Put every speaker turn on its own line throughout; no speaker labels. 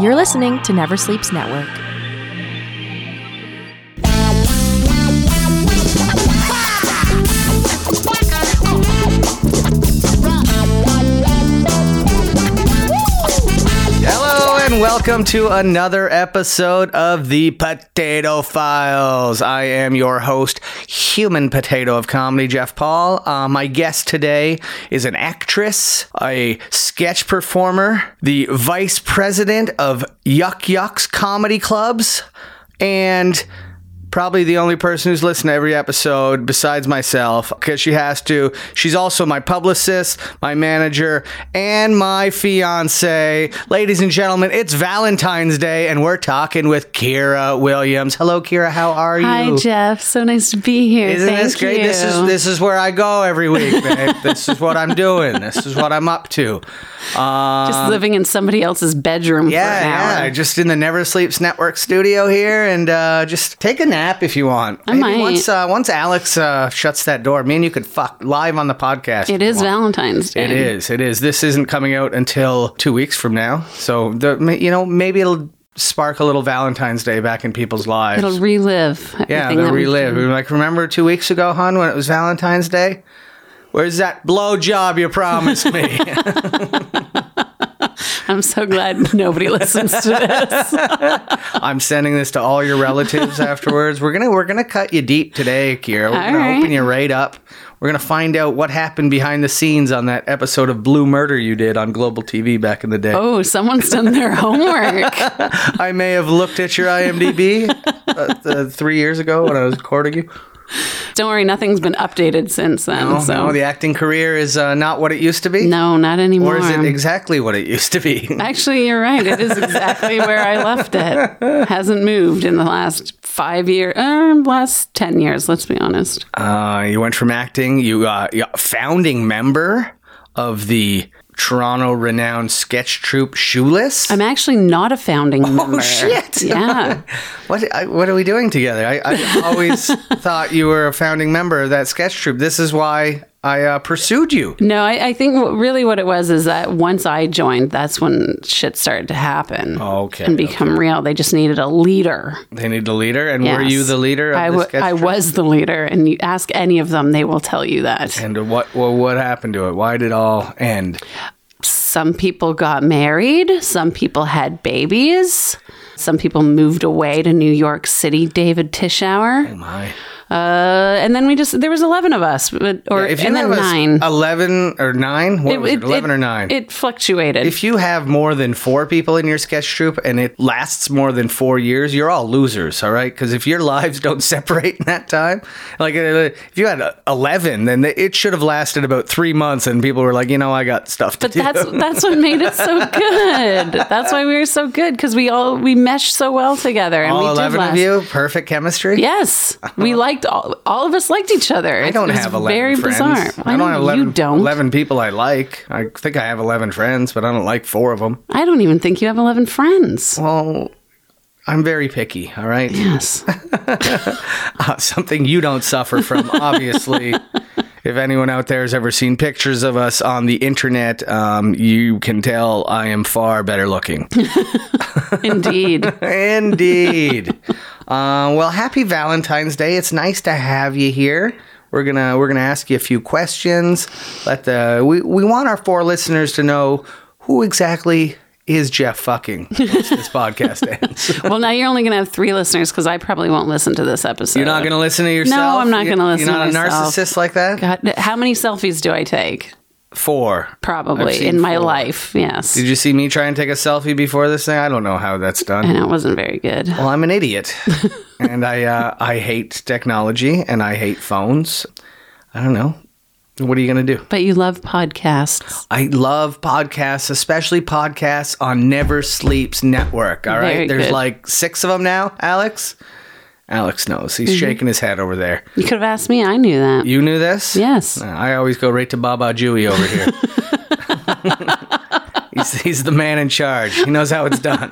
You're listening to Never Sleeps Network.
Hello and welcome to another episode of the Potato Files. I am your host, Human Potato of Comedy, Jeff Paul. Uh, my guest today is an actress, a sketch performer, the vice president of Yuck Yucks Comedy Clubs, and probably the only person who's listened to every episode besides myself because she has to. She's also my publicist, my manager, and my fiance. Ladies and gentlemen, it's Valentine's Day, and we're talking with Kira Williams. Hello, Kira. How are you?
Hi, Jeff. So nice to be here.
Isn't
Thank
this great?
You.
This is this is where I go every week, babe. this is what I'm doing. This is what I'm up to.
just living in somebody else's bedroom for an
Um, Yeah,
hour.
yeah. Just in the Never Sleeps Network studio here, and uh, just take a nap if you want. I
might.
Once uh, once Alex uh, shuts that door, me and you could fuck live on the podcast.
It is Valentine's Day.
It is. It is. This isn't coming out until two weeks from now, so the, ma- you know maybe it'll spark a little Valentine's Day back in people's lives.
It'll relive.
yeah,
everything
they'll
that we-
relive. We're like, remember two weeks ago, hon, when it was Valentine's Day? Where's that blow job you promised me?
I'm so glad nobody listens to this.
I'm sending this to all your relatives afterwards. We're gonna we're gonna cut you deep today, Kira. We're gonna
right.
open you right up. We're gonna find out what happened behind the scenes on that episode of Blue Murder you did on Global TV back in the day.
Oh, someone's done their homework.
I may have looked at your IMDb uh, uh, three years ago when I was courting you.
Don't worry, nothing's been updated since then.
Oh,
so
no, the acting career is uh, not what it used to be.
No, not anymore.
Or is it exactly what it used to be?
Actually, you're right. It is exactly where I left it. Hasn't moved in the last five years, uh, last 10 years, let's be honest.
Uh, you went from acting, you uh, you- founding member of the Toronto renowned sketch troupe Shoeless.
I'm actually not a founding member.
Oh, shit.
Yeah.
what I, what are we doing together? I, I always thought you were a founding member of that sketch troupe. This is why I uh, pursued you.
No, I, I think what, really what it was is that once I joined, that's when shit started to happen.
Okay,
And become real. They just needed a leader.
They need a leader, and were
Yes.
you the leader of
I,
the
wa-
sketch
I
troupe?
was the leader. And you ask any of them, they will tell you that.
And what well, what happened to it? Why did it all end?
Some people got married. Some people had babies. Some people moved away to New York City, David Tischauer.
Oh My.
Uh, and then we just, there was 11 of us, but, or,
If you
and then
have a s-
nine.
eleven or nine, what was it, eleven or nine?
It fluctuated.
if you have more than four people in your sketch troupe and it lasts more than four years, you're all losers, all right? Because if your lives don't separate in that time, like uh, if you had uh, 11, then it should have lasted about three months and people were like, you know, I got stuff to
But
do.
that's that's what made it so good. That's why we were so good because we all we meshed so well together and
all
we
11
did last.
of you, perfect chemistry.
Yes, we liked all. All of us liked each other.
I don't have 11
Very
friends.
bizarre.
I don't have 11,
You don't.
11 people I like. I think I have 11 friends, but I don't like four of them.
I don't even think you have eleven friends.
Well, I'm very picky, all right?
Yes.
Uh, something you don't suffer from, obviously. if anyone out there has ever seen pictures of us on the internet, um, you can tell I am far better looking.
Indeed.
Indeed. uh, well, happy Valentine's Day. It's nice to have you here. We're gonna we're gonna ask you a few questions. Let the we we want our four listeners to know who exactly is Jeff fucking once this podcast ends.
Well, now you're only going to have three listeners because I probably won't listen to this episode.
You're not gonna listen to yourself.
I'm not
You're-
gonna listen
You're not
to
a
myself.
narcissist like that.
God, how many selfies do I take?
Four. I've
Probably
seen
in my
four.
life. Yes.
Did you see me try and take a selfie before this thing? I don't know how that's done.
and it wasn't very good.
Well, I'm an idiot, and I uh, I hate technology and I hate phones. I don't know. What are you gonna do?
But you love podcasts.
I love podcasts, especially podcasts on Never Sleeps Network. All right,
Very
there's
good.
like six of them now. Alex, Alex knows.
Mm-hmm.
He's shaking his head over there.
You could have asked me. I knew that.
You knew this? Uh,
Yes.
I always go right to Baba Jewy over here. He's, he's the man in charge. He knows how it's done.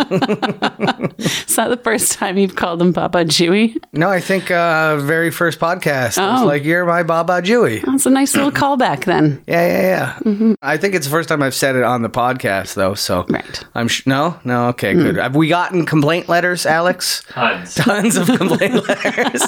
It's not the first time you've called him Baba Jewy.
no, I think uh, very first podcast. I was
Oh.
like, "You're my Baba Jewy."
That's a nice little callback then.
Yeah, yeah, yeah.
Mm-hmm.
I think it's the first time I've said it on the podcast, though. So
Right. Mm.
I'm sh- no, no. Okay, good. Have we gotten complaint letters, Alex?
Tons.
Tons of complaint letters.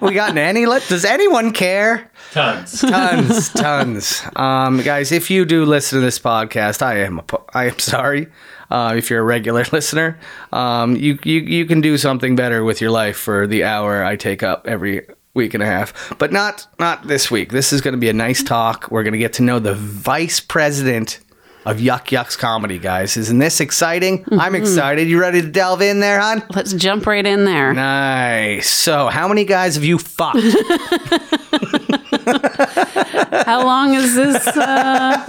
we gotten any? Let does anyone care?
Tons.
tons, tons. Um, guys, if you do listen to this podcast, I am apo- I am sorry. Uh, if you're a regular listener, um, you, you you can do something better with your life for the hour I take up every week and a half, but not not this week. This is going to be a nice talk. We're going to get to know the vice president of Yuck Yucks comedy, guys. Isn't this exciting? I'm excited. You ready to delve in there, hon?
Let's jump right in there.
Nice. So, how many guys have you fucked?
How long is this? Uh,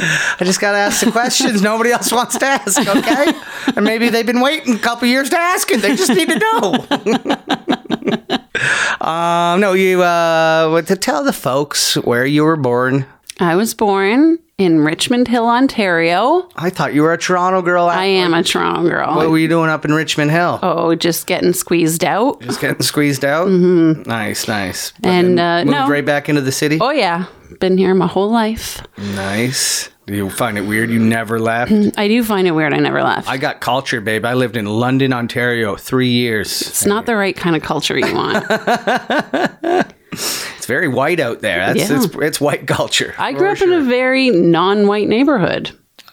I just got to ask the questions nobody else wants to ask, okay? and maybe they've been waiting a couple years to ask it. They just need to know. um, no, you uh, what to tell the folks where you were born.
I was born in Richmond Hill, Ontario.
I thought you were a Toronto girl.
I am a Toronto girl.
What were you doing up in Richmond Hill?
Oh, just getting squeezed out.
Just getting squeezed out. Mm-hmm. Nice, nice. But
And,
then
uh,
moved
no.
right back into the city.
Oh, yeah. Been here my whole life.
Nice. Do you find it weird? You never left.
I do find it weird. I never left.
I got culture, babe. I lived in London, Ontario, three years.
it's not the right kind of culture you want.
It's very white out there. That's
Yeah.
it's, it's white culture.
I grew up in a very non white neighborhood.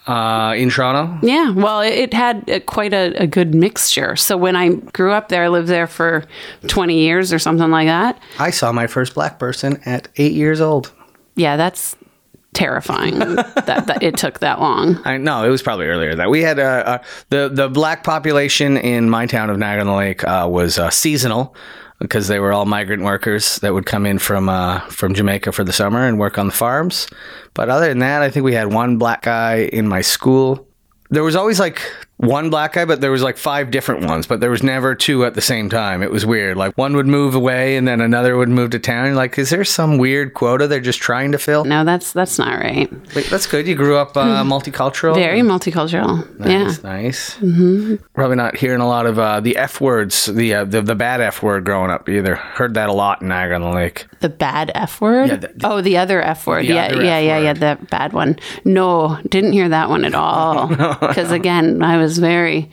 uh, in Toronto.
Yeah, well, it, it had a, quite a, a good mixture. So when I grew up there, I lived there for 20 years or something like that.
I saw my first black person at eight years old.
Yeah, that's terrifying that, that it took that long.
I no, it was probably earlier than that we had uh, uh, the the black population in my town of Niagara on the Lake uh, was uh, seasonal because they were all migrant workers that would come in from uh, from Jamaica for the summer and work on the farms. But other than that, I think we had one black guy in my school. There was always like one black guy, but there was like five different ones, but there was never two at the same time. It was weird. Like one would move away and then another would move to town. You're Like, is there some weird quota they're just trying to fill?
No, that's that's not right.
But that's good. You grew up uh, multicultural.
Very multicultural.
Nice, nice. Mm-hmm. Probably not hearing a lot of uh, the F words, the, uh, the the bad F word growing up either. Heard that a lot in Niagara on the Lake.
Yeah. The bad F word?
Yeah, the- the-
oh, the other F word. Yeah,
other
yeah,
F
yeah, yeah,
word. Oh,
the bad one. No, didn't hear that one at all. Because again, I was very,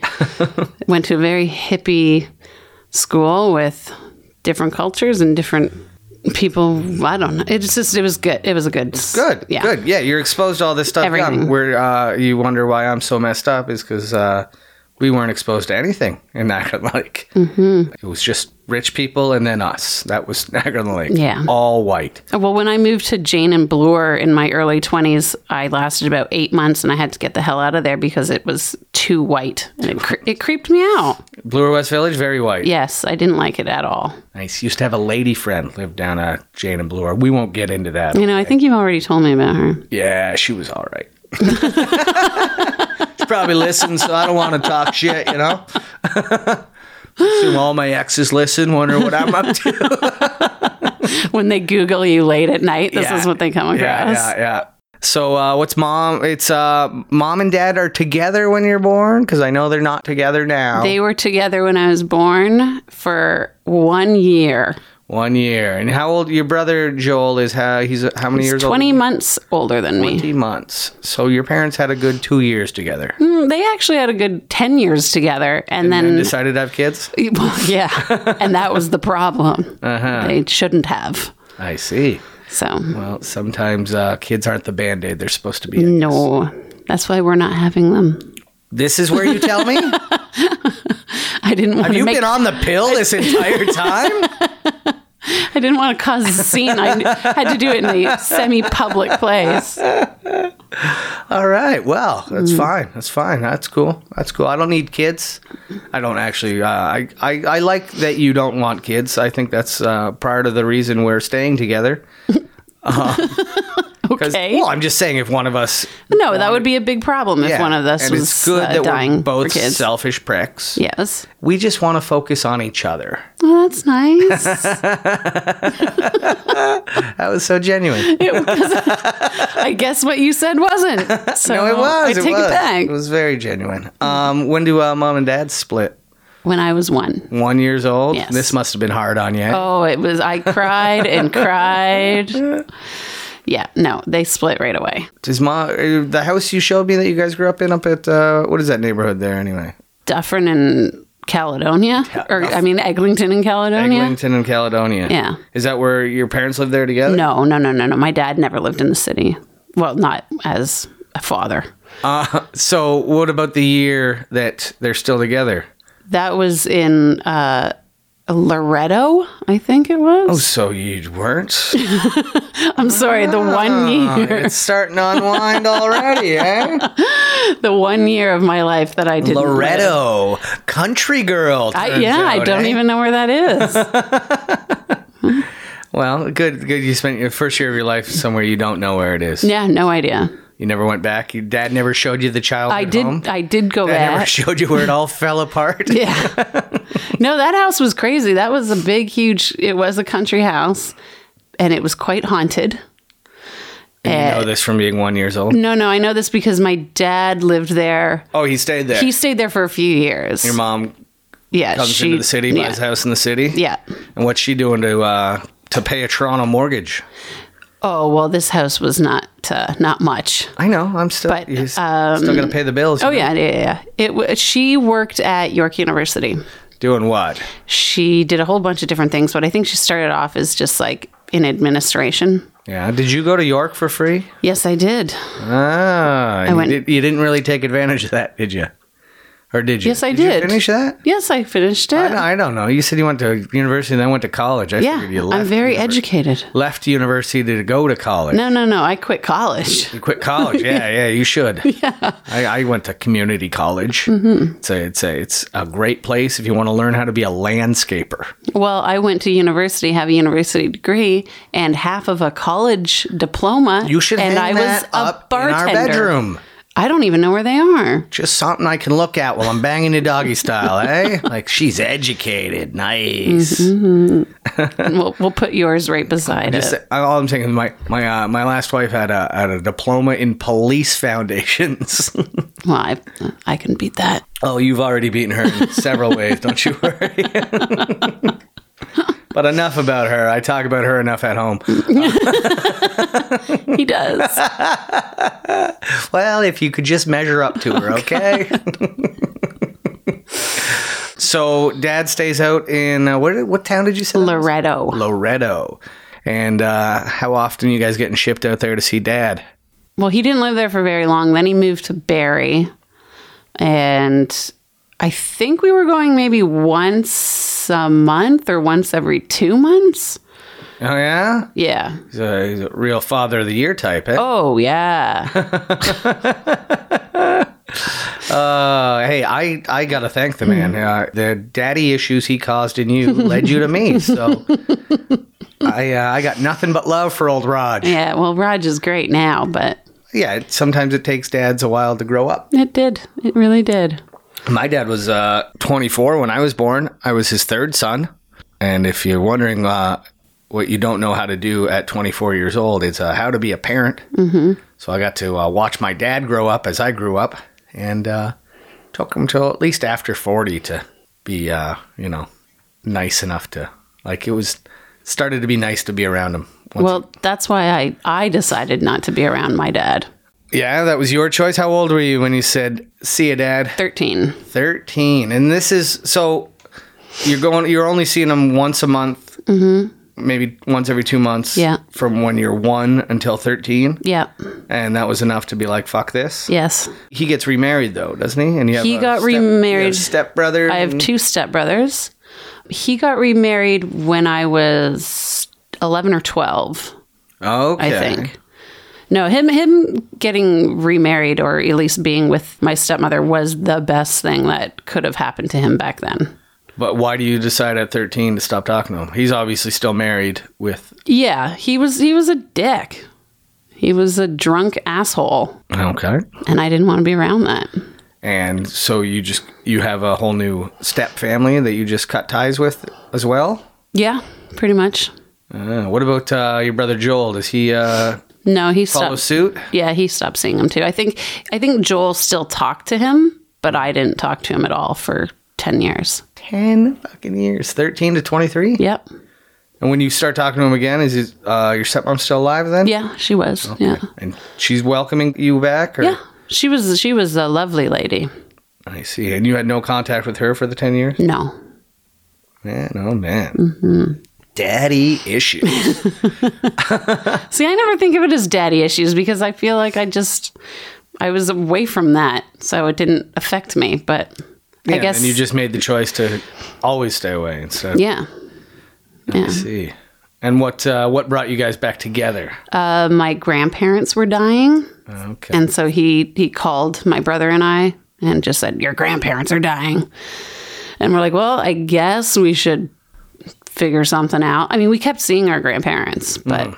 went to a very hippie school with different cultures and different people. I don't know. It's just, it was good. It was a good.
Good, good. Yeah, you're exposed to all this stuff.
Everything.
young, Where uh, you wonder why I'm so messed up is because uh, we weren't exposed to anything in Niagara on the Lake. Mm-hmm. It was just rich people and then us. That was Niagara on the Lake.
Yeah.
all white.
Well, when I moved to Jane and Bloor in my early 20s, I lasted about eight months and I had to get the hell out of there because it was too white and it, cre- it creeped me out.
Bloor West Village, very white.
Yes, I didn't like it at all.
Nice. Used to have a lady friend live down at Jane and Bloor. We won't get into that.
You know, I think you've already told me about her.
Yeah, she was all right. she probably listens, so I don't want to talk shit, you know? Assume all my exes listen, wonder what I'm up to.
When they Google you late at night, this
Yeah.
is what they come
yeah,
across.
yeah, yeah. So, uh, what's mom? It's uh, mom and dad are together when you're born? Because I know they're not together now.
They were together when I was born for one year,
One year. And how old? Your brother Joel is how, he's how many years
20
old?
months older than me.
20 months. So, your parents had a good two years together and,
Mm, They actually had a good 10 years together. And,
then
then,
decided to have kids?
Well, yeah, and that was the problem.
Uh-huh.
They shouldn't have.
I see.
So.
Well, sometimes uh, kids aren't the band aid they're supposed to be.
No, that's why we're not having them.
This is where you tell me?
I didn't want
Have
to
you
make.
been on the pill this entire time?
I didn't want to cause a scene. I kn- had to do it in a semi-public place.
All right. Well, that's
Mm.
fine. That's fine. That's cool. That's cool. I don't need kids. I don't actually. Uh, I, I, I like that you don't want kids. I think that's uh, part of the reason we're staying together. 'Cause-
Okay.
Well, I'm just saying if one of us.
No, that would be a big problem if
yeah,
one of us
and
was
it's good
uh,
that
dying
we're both
for kids.
selfish pricks.
yes.
We just want to focus on each other.
Well, that's nice.
That was so genuine.
It was- I guess what you said wasn't. So
no, it was.
I
it
take
was.
Uh-huh. it back.
It was very genuine. Um, when do uh, mom and dad split?
when I was one.
One years old.
Yes.
This must have been hard on you. eh?
Oh, it was. I cried and cried. Yeah, no, they split right away.
Does mom uh, the house you showed me that you guys grew up in up at uh, what is that neighborhood there anyway?
Dufferin and Caledonia, or I mean Eglinton and Caledonia.
Eglinton and Caledonia.
Oh, Yeah.
Is that where your parents lived there together?
No, no, no, no, no. My dad never lived in the city. Well, not as a father.
So what about the year that they're still together?
That was in uh, Loretto, I think it was.
Oh, So you weren't. Oh, Uh,
I'm sorry, the one year,
it's starting to unwind already, eh?
the one year of my life that I didn't. live.
Loretto, country girl.
I,
turns
yeah, I
out,
don't
eh?
even know where that is.
Well, good, good. You spent your first year of your life somewhere you don't know where it is.
yeah, no idea.
You never went back. Your dad never showed you the childhood
I did.
home.
I did go
Dad never
back.
showed you where it all fell apart.
Yeah. no, that house was crazy. That was a big, huge. It was a country house, and it was quite haunted. Eh,
You know this from being one years old.
No, no, I know this because my dad lived there.
Oh, he stayed there.
He stayed there for a few years.
Your mom
yeah,
comes into the city,
yeah,
buys a house in the city.
yeah.
And what's she doing to uh, to pay a Toronto mortgage?
Oh well, this house was not uh, not much.
I know. I'm still
But,
you're s- still gonna pay the bills.
Oh yeah, yeah, yeah, yeah. It. w- She worked at York University.
Doing what?
She did a whole bunch of different things, but I think she started off as just like in administration.
Yeah. Did you go to York for free?
Yes, I did.
Ah, you,
went-
did, you didn't really take advantage of that, did you? Or did you?
Yes, I
you
did.
finish that?
Yes, I finished it.
I don't, I don't know. You said you went to university and then went to college. I
yeah,
figured you left.
I'm very
university.
educated.
Left university to go to college.
No, no, no. I quit college.
You quit college. Yeah, yeah, you should. Yeah. I, I went to community college. Mm-hmm. It's, a, it's, a, it's a great place if you want to learn how to be a landscaper.
Well, I went to university, have a university degree, and half of a college diploma.
You should
and
hang that up in our bedroom.
I don't even know where they are.
Just something I can look at while I'm banging the doggy style, eh? Like, she's educated. Nice.
Mm-hmm. And we'll, we'll put yours right beside
Just
it.
say- all I'm saying is my my uh, my last wife had a had a diploma in police foundations.
Well, I, I can beat that.
oh, you've already beaten her in several ways. Don't you worry. but enough about her. I talk about her enough at home.
He does.
Well, if you could just measure up to her, okay. so, dad stays out in uh, what what town did you say? that was?
Loretto.
Loretto. And uh, how often you guys getting shipped out there to see dad?
Well, he didn't live there for very long. Then he moved to Barrie. And I think we were going maybe once a month or once every two months.
Oh yeah,
Yeah.
he's a, he's a real father of the year type. Eh?
Oh, yeah.
Uh, hey, I, I gotta thank the man. Uh, the daddy issues he caused in you led you to me. So I uh, I got nothing but love for old Raj. Yeah.
yeah. Well, Raj is great now, but
it- sometimes it takes dads a while to grow up.
it did. It really did.
My dad was uh, 24 when I was born. I was his third son. And if you're wondering uh, what you don't know how to do at 24 years old, it's uh, how to be a parent. Mm-hmm. So I got to uh, watch my dad grow up as I grew up, and uh, took him till at least after 40 to be, uh, you know, nice enough to like it was started to be nice to be around him. Once-
Well, that's why I, I decided not to be around my dad.
yeah, that was your choice. How old were you when you said, "See you, Dad"?
13.
13 and this is so you're going you're only seeing them once a month maybe once every two months
Mm-hmm. Yeah.
from when you're one until 13
Yeah.
and that was enough to be like fuck this
Yes.
he gets remarried though doesn't he and you have
He
a
got
step- you have
remarried.
stepbrother
I have
and-
two stepbrothers. He got remarried when I was 11 or 12,
okay
I think. No, him him getting remarried or at least being with my stepmother was the best thing that could have happened to him back then.
but why do you decide at 13 to stop talking to him he's obviously still married with
Yeah, he was he was a dick. He was a drunk asshole,
Okay.
and I didn't want to be around that.
And so you just you have a whole new step family that you just cut ties with as well.
Yeah, pretty much.
Uh, what about uh, your brother Joel? Does he uh,
No, he
follow suit?
stopped. Yeah, he stopped seeing him too. I think I think Joel still talked to him, but I didn't talk to him at all for 10 years.
Ten fucking years, thirteen to twenty-three.
Yep.
And when you start talking to him again, is his, uh, your stepmom still alive then?
Yeah, she was. Yeah.
And she's welcoming you back. Or?
Yeah. She was she was a lovely lady.
I see. And you had no contact with her for the ten years.
No.
Man, oh man.
Mm-hmm.
Daddy issues.
See, I never think of it as daddy issues because I feel like I just I was away from that, so it didn't affect me, but I
Yeah,
guess
And you just made the choice to always stay away instead.
Yeah.
I see. And what uh, what brought you guys back together?
Uh, my grandparents were dying.
Okay.
And so he he called my brother and I and just said, "Your grandparents are dying," and we're like, "Well, I guess we should figure something out." I mean, we kept seeing our grandparents, but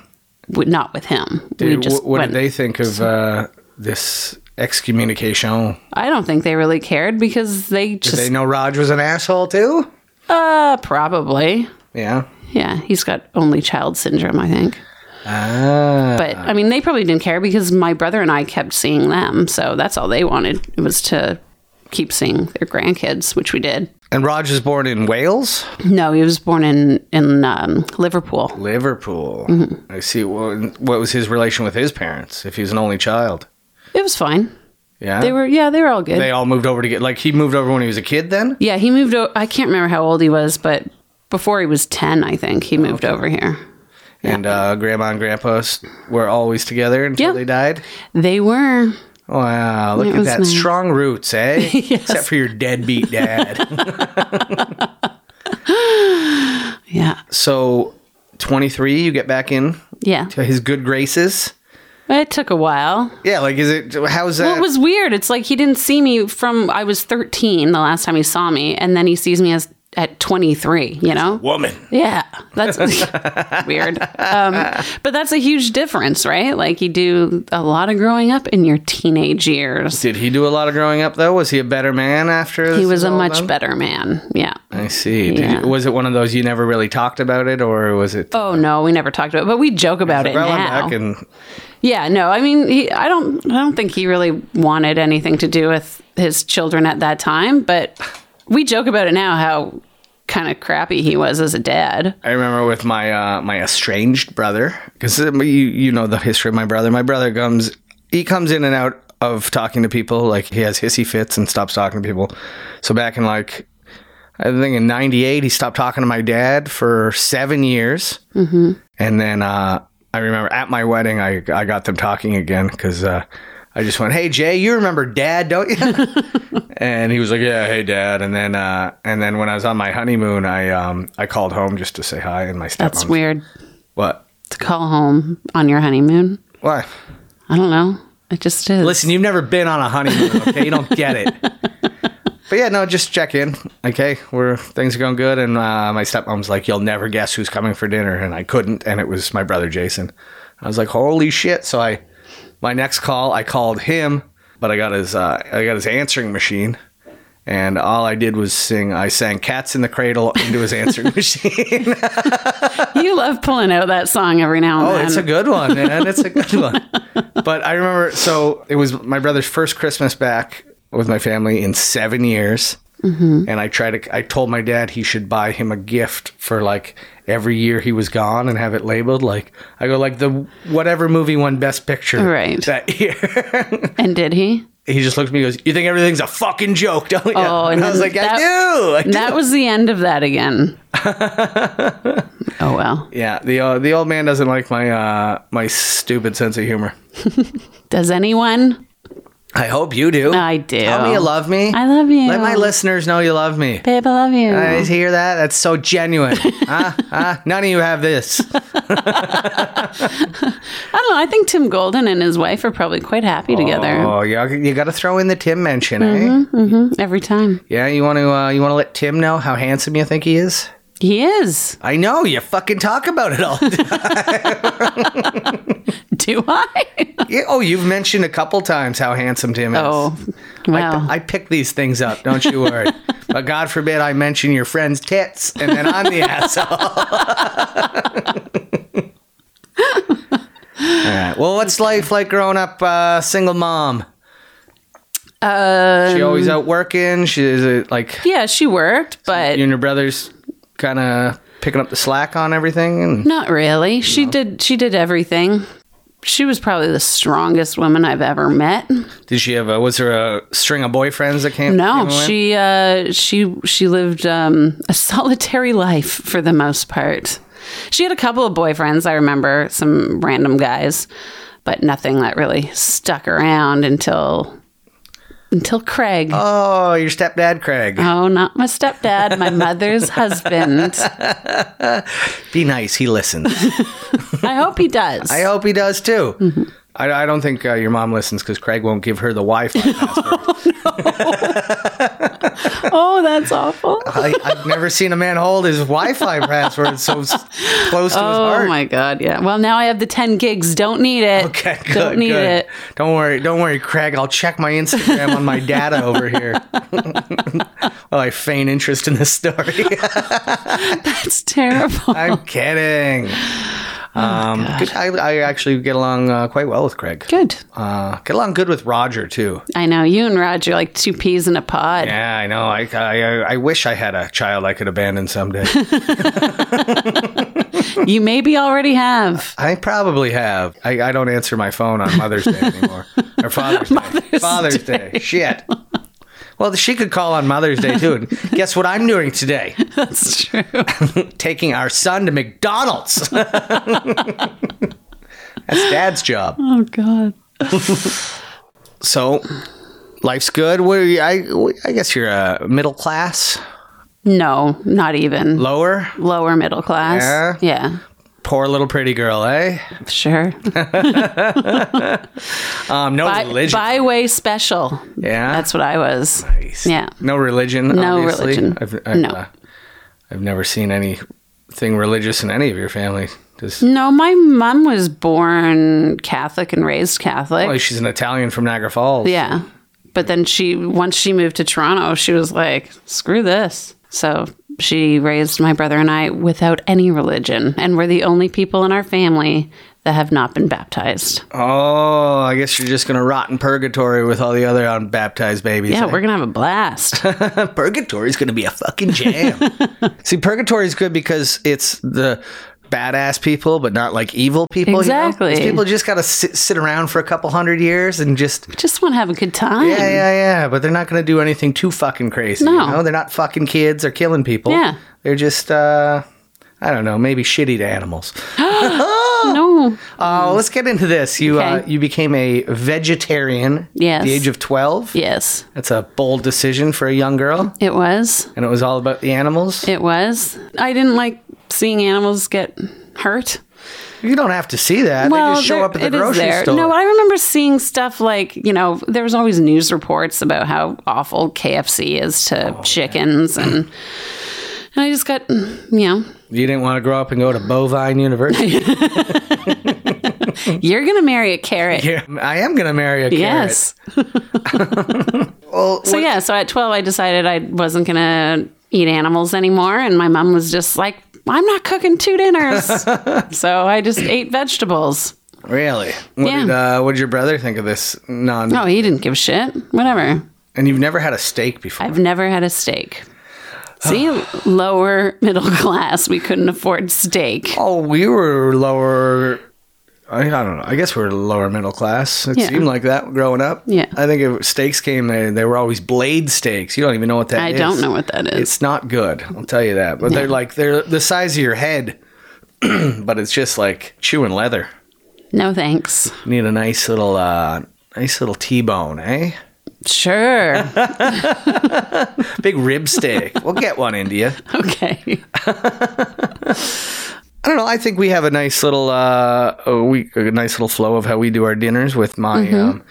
w- not with him. we
Did-
just
Mm-hmm. wh- what
went-
did they think of uh, this excommunication?
I don't think they really cared because they
Did
just
they know Raj was an asshole too?
uh probably
Yeah.
yeah he's got only child syndrome I think.
Ah.
But I mean, they probably didn't care because my brother and I kept seeing them, so that's all they wanted was to keep seeing their grandkids, which we did.
And Raj was born in Wales,
No, he was born in in um, Liverpool.
Liverpool.
Mm-hmm.
I see. What, what was his relation with his parents? If he was an only child,
It was fine.
yeah,
They were yeah, they were all good.
They all moved over to get like he moved over when he was a kid. Then
yeah, he moved. O- I can't remember how old he was, but before he was ten, I think he moved over here.
and uh, grandma and grandpa s- were always together until
Yeah.
they died.
They were.
Wow, look
It
at
was
that
nice.
strong roots, eh? Except for your deadbeat dad.
Yeah.
so, 23, you get back in
Yeah.
to his good graces.
It took a while.
Yeah, like is it how's that?
Well, it was weird. It's like he didn't see me from I was 13 the last time he saw me, and then he sees me as at 23. You know.
woman.
Yeah, that's weird. Um, but that's a huge difference, right? Like you do a lot of growing up in your teenage years.
Did he do a lot of growing up though? Was he a better man after?
He was a much better man. Yeah.
I see. Did
Yeah.
you, was it one of those you never really talked about it, or was it?
Oh no, we never talked about it, but we joke about it
Well, I'm
now.
back and
yeah, no, I mean, he, I don't, I don't think he really wanted anything to do with his children at that time. But we joke about it now how kind of crappy he was as a dad.
I remember with my uh, my estranged brother because you you know the history of my brother. My brother comes he comes in and out of talking to people like he has hissy fits and stops talking to people. So back in like I think in '98 he stopped talking to my dad for seven years, mm-hmm. and then uh, I remember at my wedding I I got them talking again because. Uh, I just went, hey Jay, you remember Dad, don't you? and he was like, "Yeah, hey, Dad." And then, uh, and then when I was on my honeymoon, I um, I called home just to say hi, and my
That's
stepmom.
weird
What?
to call home on your honeymoon.
Why?
I don't know. It just is.
Listen, you've never been on a honeymoon, okay? you don't get it. But yeah, no, just check in. Okay, we're things are going good, and uh, my stepmom's like, "You'll never guess who's coming for dinner," and I couldn't, and it was my brother Jason. I was like, "Holy shit!" So I, my next call, I called him, but I got his, uh, I got his answering machine, and all I did was sing. I sang "Cats in the Cradle" into his answering machine.
you love pulling out that song every now and
uh, Oh,
then.
it's a good one, man. It's a good one. But I remember, so it was my brother's first Christmas back with my family in seven years.
Mm-hmm.
And I tried to, I told my dad he should buy him a gift for like every year he was gone and have it labeled. Like, I go, like the whatever movie won Best Picture
Right.
that year.
and did he?
he just looked at me and goes, You think everything's a fucking joke, don't you?
Oh, and
I was
then
like,
that-
I do. I
That was the end of that again. oh well.
yeah, the, uh, the old man doesn't like my, uh, my stupid sense of humor.
Does anyone?
I hope you do.
I do.
Tell me you love me.
I love you.
Let my listeners know you love me.
Babe, I love you.
I hear that. That's so genuine. huh? Huh? None of you have this.
I don't know. I think Tim Golden and his wife are probably quite happy together
Oh, you, you got to throw in the Tim mention, eh?
Mm-hmm. every time.
Yeah, you want to uh, you want to let Tim know how handsome you think he is.
He is.
I know you fucking talk about it all.
Do I?
Yeah, oh, you've mentioned a couple times how handsome Tim is.
oh, well.
I pick these things up, don't you worry. but God forbid I mention your friend's tits and then I'm the asshole. All right. Well, what's life like growing up uh, single mom?
Um,
she always out working. She is it like
yeah, she worked, but
you and your brothers kind of picking up the slack on everything. And
Not really. She did she did everything. She was probably the strongest woman I've ever met.
did she have a was there a string of boyfriends that came?
No,
came along?
she uh she she lived um a solitary life for the most part. She had a couple of boyfriends, I remember, some random guys, but nothing that really stuck around until until Craig. Oh,
Oh, your stepdad Craig.
Uh, not my stepdad, my mother's husband.
Be nice. He listens.
I hope he does.
I hope he does too.
Mm-hmm.
I, I don't think uh, your mom listens because Craig won't give her the Wi-Fi. password.
oh, that's awful.
I, I've never seen a man hold his Wi-Fi password so s- close to his
Oh
heart.
my god, yeah. Well, now I have the 10 gigs. Don't need it.
Okay, good,
Don't need
good.
it.
Don't worry, don't worry, Craig. I'll check my Instagram on my data over here. oh, I feign interest in this story.
It's terrible.
I'm kidding.
Oh
Um, good- I, I actually get along uh, quite well with Craig.
Good.
Uh, get along good with Roger too.
I know you and Roger are like two peas in a pod.
Yeah, I know. I, I I wish I had a child I could abandon someday.
You maybe already have.
I probably have. I, I don't answer my phone on Mother's Day anymore. Or Father's, Day. Father's Day. Shit. Well, she could call on Mother's Day too. And guess what I'm doing today?
That's true.
Taking our son to McDonald's. That's dad's job.
Oh god.
So, life's good. What are you, I, I guess you're a middle class,
No, not even.
lower,
Lower middle class. Yeah.
poor little pretty girl, eh?
sure.
Um, no
By,
religion.
byway special.
yeah.
That's what I was. Yeah.
No religion.
No
obviously.
religion.
I've, I've,
No.
Uh, I've never seen anything religious in any of your family. Just,
No, my mom was born Catholic and raised Catholic.
well, she's an Italian from Niagara Falls.
Yeah. But then she, once she moved to Toronto, she was like, screw this. So she raised my brother and I without any religion. And we're the only people in our family that have not been baptized.
Oh, I guess you're just gonna rot in purgatory with all the other unbaptized babies.
Yeah, we're going to have a blast.
purgatory's gonna be a fucking jam. See, purgatory's good because it's the badass people, but not like evil people. you know?
Exactly.
These people just gotta sit, sit around for a couple hundred years and just
Just want to have a good time.
Yeah, yeah, yeah. But they're not going to do anything too fucking crazy. you
No.
know? they're not fucking kids or killing people.
Yeah.
they're just. uh I don't know, maybe shitty to animals.
No.
Uh, let's get into this. You uh,
Okay.
you became a vegetarian
Yes.
at the age of 12.
Yes,
That's a bold decision for a young girl.
it was.
And it was all about the animals.
It was. I didn't like seeing animals get hurt.
You don't have to see that. they just show
there-
up at the
it is
grocery
there.
store.
No, I remember seeing stuff like you know there was always news reports about how awful KFC is
Oh,
to chickens, and and I just got you know
you didn't want to grow up and go to Bovine University.
you're gonna marry a carrot.
Yeah, I am going to marry a
Yes.
carrot. Well,
So yeah. So at twelve, I decided I wasn't gonna eat animals anymore, and my mom was just like, "I'm not cooking two dinners." so I just ate vegetables.
Really? What,
Yeah.
did, uh, what did your brother think of this non
No, Oh, he didn't give a shit. Whatever.
And you've never had a steak before.
I've never had a steak. See, lower middle class, we couldn't afford steak.
oh, we were lower. I, I don't know. I guess we were lower middle class. It
Yeah.
seemed like that growing up.
Yeah.
I think if steaks came, they, they were always blade steaks. You don't even know what that
I
is.
don't know what that is.
It's not good. I'll tell you that. But they're like they're the size of your head, but it's just like chewing leather.
No thanks.
You need a nice little uh, nice little T-bone, eh?
Sure.
Big rib steak. we'll get one, India.
okay.
I don't know. I think we have a nice little uh, a we a nice little flow of how we do our dinners with my um,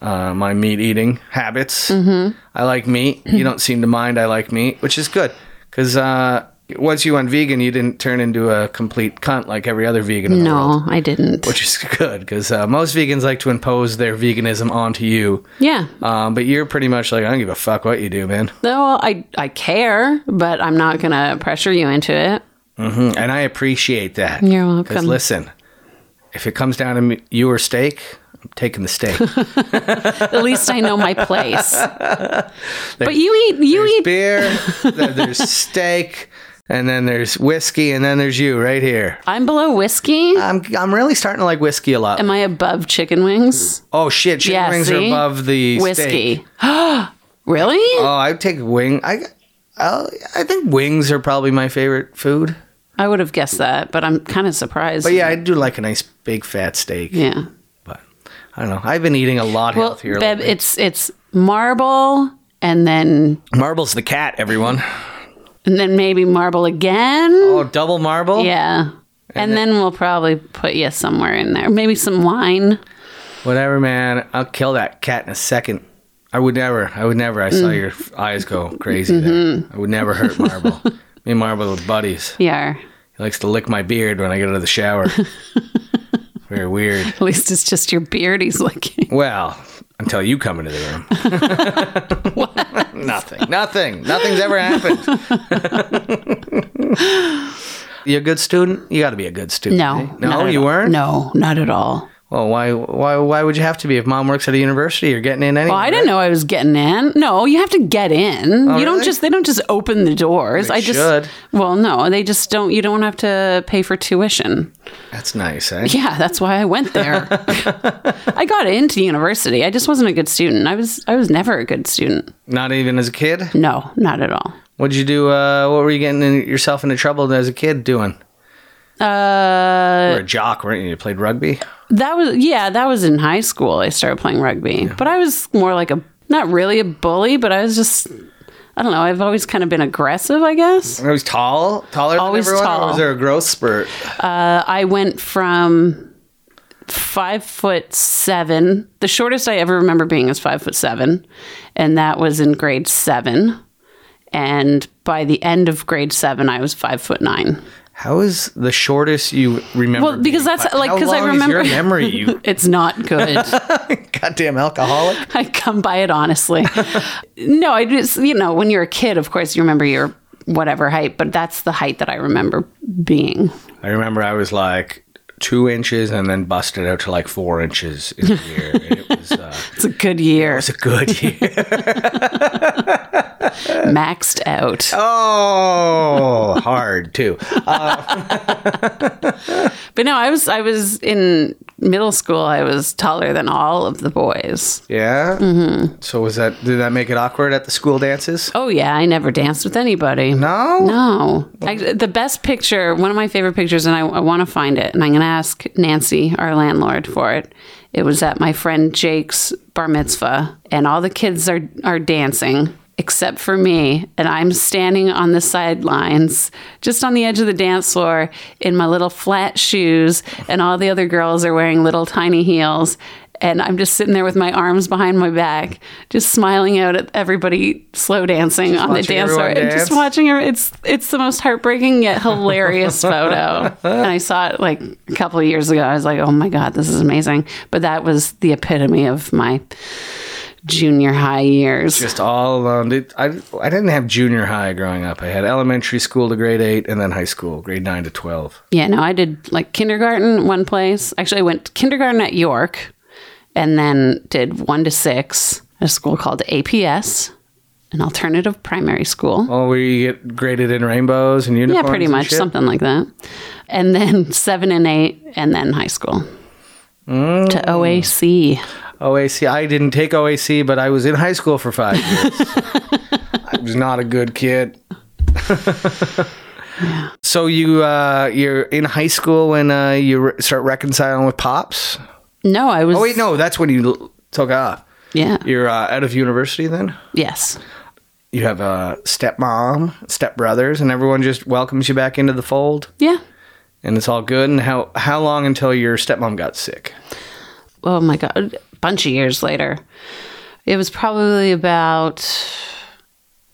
uh, my meat eating habits. I like meat. You don't seem to mind. I like meat, which is good because uh, once you went vegan, you didn't turn into a complete cunt like every other vegan in the world.
No, I didn't.
Which is good because uh, most vegans like to impose their veganism onto you.
yeah.
Um, but you're pretty much like, I don't give a fuck what you do, man.
No, well, I I care, but I'm not gonna pressure you into it.
Mm, And I appreciate that.
You're
'Cause
welcome.
listen, if it comes down to me- you or steak, I'm taking the steak.
At least I know my place. but you eat you
there's
eat
beer, then there's steak, and then there's whiskey, and then there's you right here.
I'm below whiskey.
I'm I'm really starting to like whiskey a lot.
Am I above chicken wings?
oh shit, chicken
Yeah,
wings are
see?
above the steak.
Whiskey. really?
Oh, I would take wing. I I'll, I think wings are probably my favorite food.
I would have guessed that, but I'm kind of surprised.
But yeah, I do like a nice big fat steak.
Yeah.
But I don't know. I've been eating a lot
Well,
healthier.
Beb,
lately.
it's it's marble and then
Marble's the cat, everyone.
and then maybe marble again.
Oh, double marble.
Yeah. And, then, we'll probably put you somewhere in there. Maybe some wine.
Whatever, man. I'll kill that cat in a second. I would never. I would never. I saw
Mm.
your eyes go crazy there.
Mm-hmm.
I would never hurt Marble. Me and Marble are buddies.
Yeah.
He likes to lick my beard when I get out of the shower. Very weird.
At least it's just your beard he's licking.
Well, until you come into the room. nothing. Nothing. Nothing's ever happened. you a good student? You got to be a good student. eh?
No. not
No,
at
you
all.
weren't?
No, not at all.
Well, why, why, why would you have to be if mom works at a university? You're getting in anyway.
Well, I didn't know I was getting in. No, you have to get in. you don't
really?
just they don't just open the doors.
They
I just
should.
Well, no, they just don't you don't have to pay for tuition.
That's nice, eh?
Yeah, that's why I went there. I got into university. I just wasn't a good student. I was I was never a good student.
Not even as a kid?
No, not at all.
What did you do? Uh, what were you getting in, yourself into trouble as a kid doing?
Uh
You were a jock, weren't you? You played rugby?
That was yeah, that was in high school. I started playing rugby, but I was more like a not really a bully, but I was just I don't know. I've always kind of been aggressive, I guess.
I was tall, taller
Always
than everyone, or
tall.
was there a growth spurt?
I went from five foot seven. The shortest I ever remember being is five foot seven, and that was in grade seven. And by the end of grade seven, I was five foot nine.
How is the shortest you remember?
Well, because
being?
that's like
How
because I
long is
remember
your memory. You
it's not good.
goddamn alcoholic.
I come by it honestly. no, I just you know when you're a kid, of course you remember your whatever height, but that's the height that I remember being.
I remember I was like two inches and then busted out to like four inches in a year. And it was uh,
It's a good year,
it's a good year.
maxed out.
Oh, hard too.
But no, I was I was in middle school. I was taller than all of the boys.
Yeah. Mm-hmm. So was that? Did that make it awkward at the school dances?
Oh yeah, I never danced with anybody.
No.
No. I, the best picture, one of my favorite pictures, and I, I want to find it, and I'm going to ask Nancy, our landlord, for it. It was at my friend Jake's bar mitzvah, and all the kids are, are dancing except for me. And I'm standing on the sidelines, just on the edge of the dance floor in my little flat shoes, and all the other girls are wearing little tiny heels. And I'm just sitting there with my arms behind my back, just smiling out at everybody slow dancing on the
watching
dance floor
everyone
and
dance.
just watching her. It's it's the most heartbreaking yet hilarious photo. And I saw it like a couple of years ago. I was like, oh my god, this is amazing. But that was the epitome of my junior high years.
Just all alone. Did, I I didn't have junior high growing up. I had elementary school to grade eight, and then high school, grade nine to twelve.
yeah, no, I did like kindergarten at one place. Actually, I went to kindergarten at York, and then did one to six at a school called APS, an alternative primary school.
Oh, where you get graded in rainbows and
Yeah,
unicorns.
pretty
and
much
shit?
something like that. And then seven and eight, and then high school to
Mm.
OAC.
OAC. I didn't take OAC, but I was in high school for five years. I was not a good kid. So you uh, you're in high school when uh, you re- start reconciling with pops.
No, I was.
Oh wait, no, that's when you l- took off.
Yeah.
You're uh, out of university then.
Yes.
You have a stepmom, stepbrothers, and everyone just welcomes you back into the fold,
Yeah.
and it's all good. And how how long until your stepmom got sick?
Oh my god, a bunch of years later. It was probably about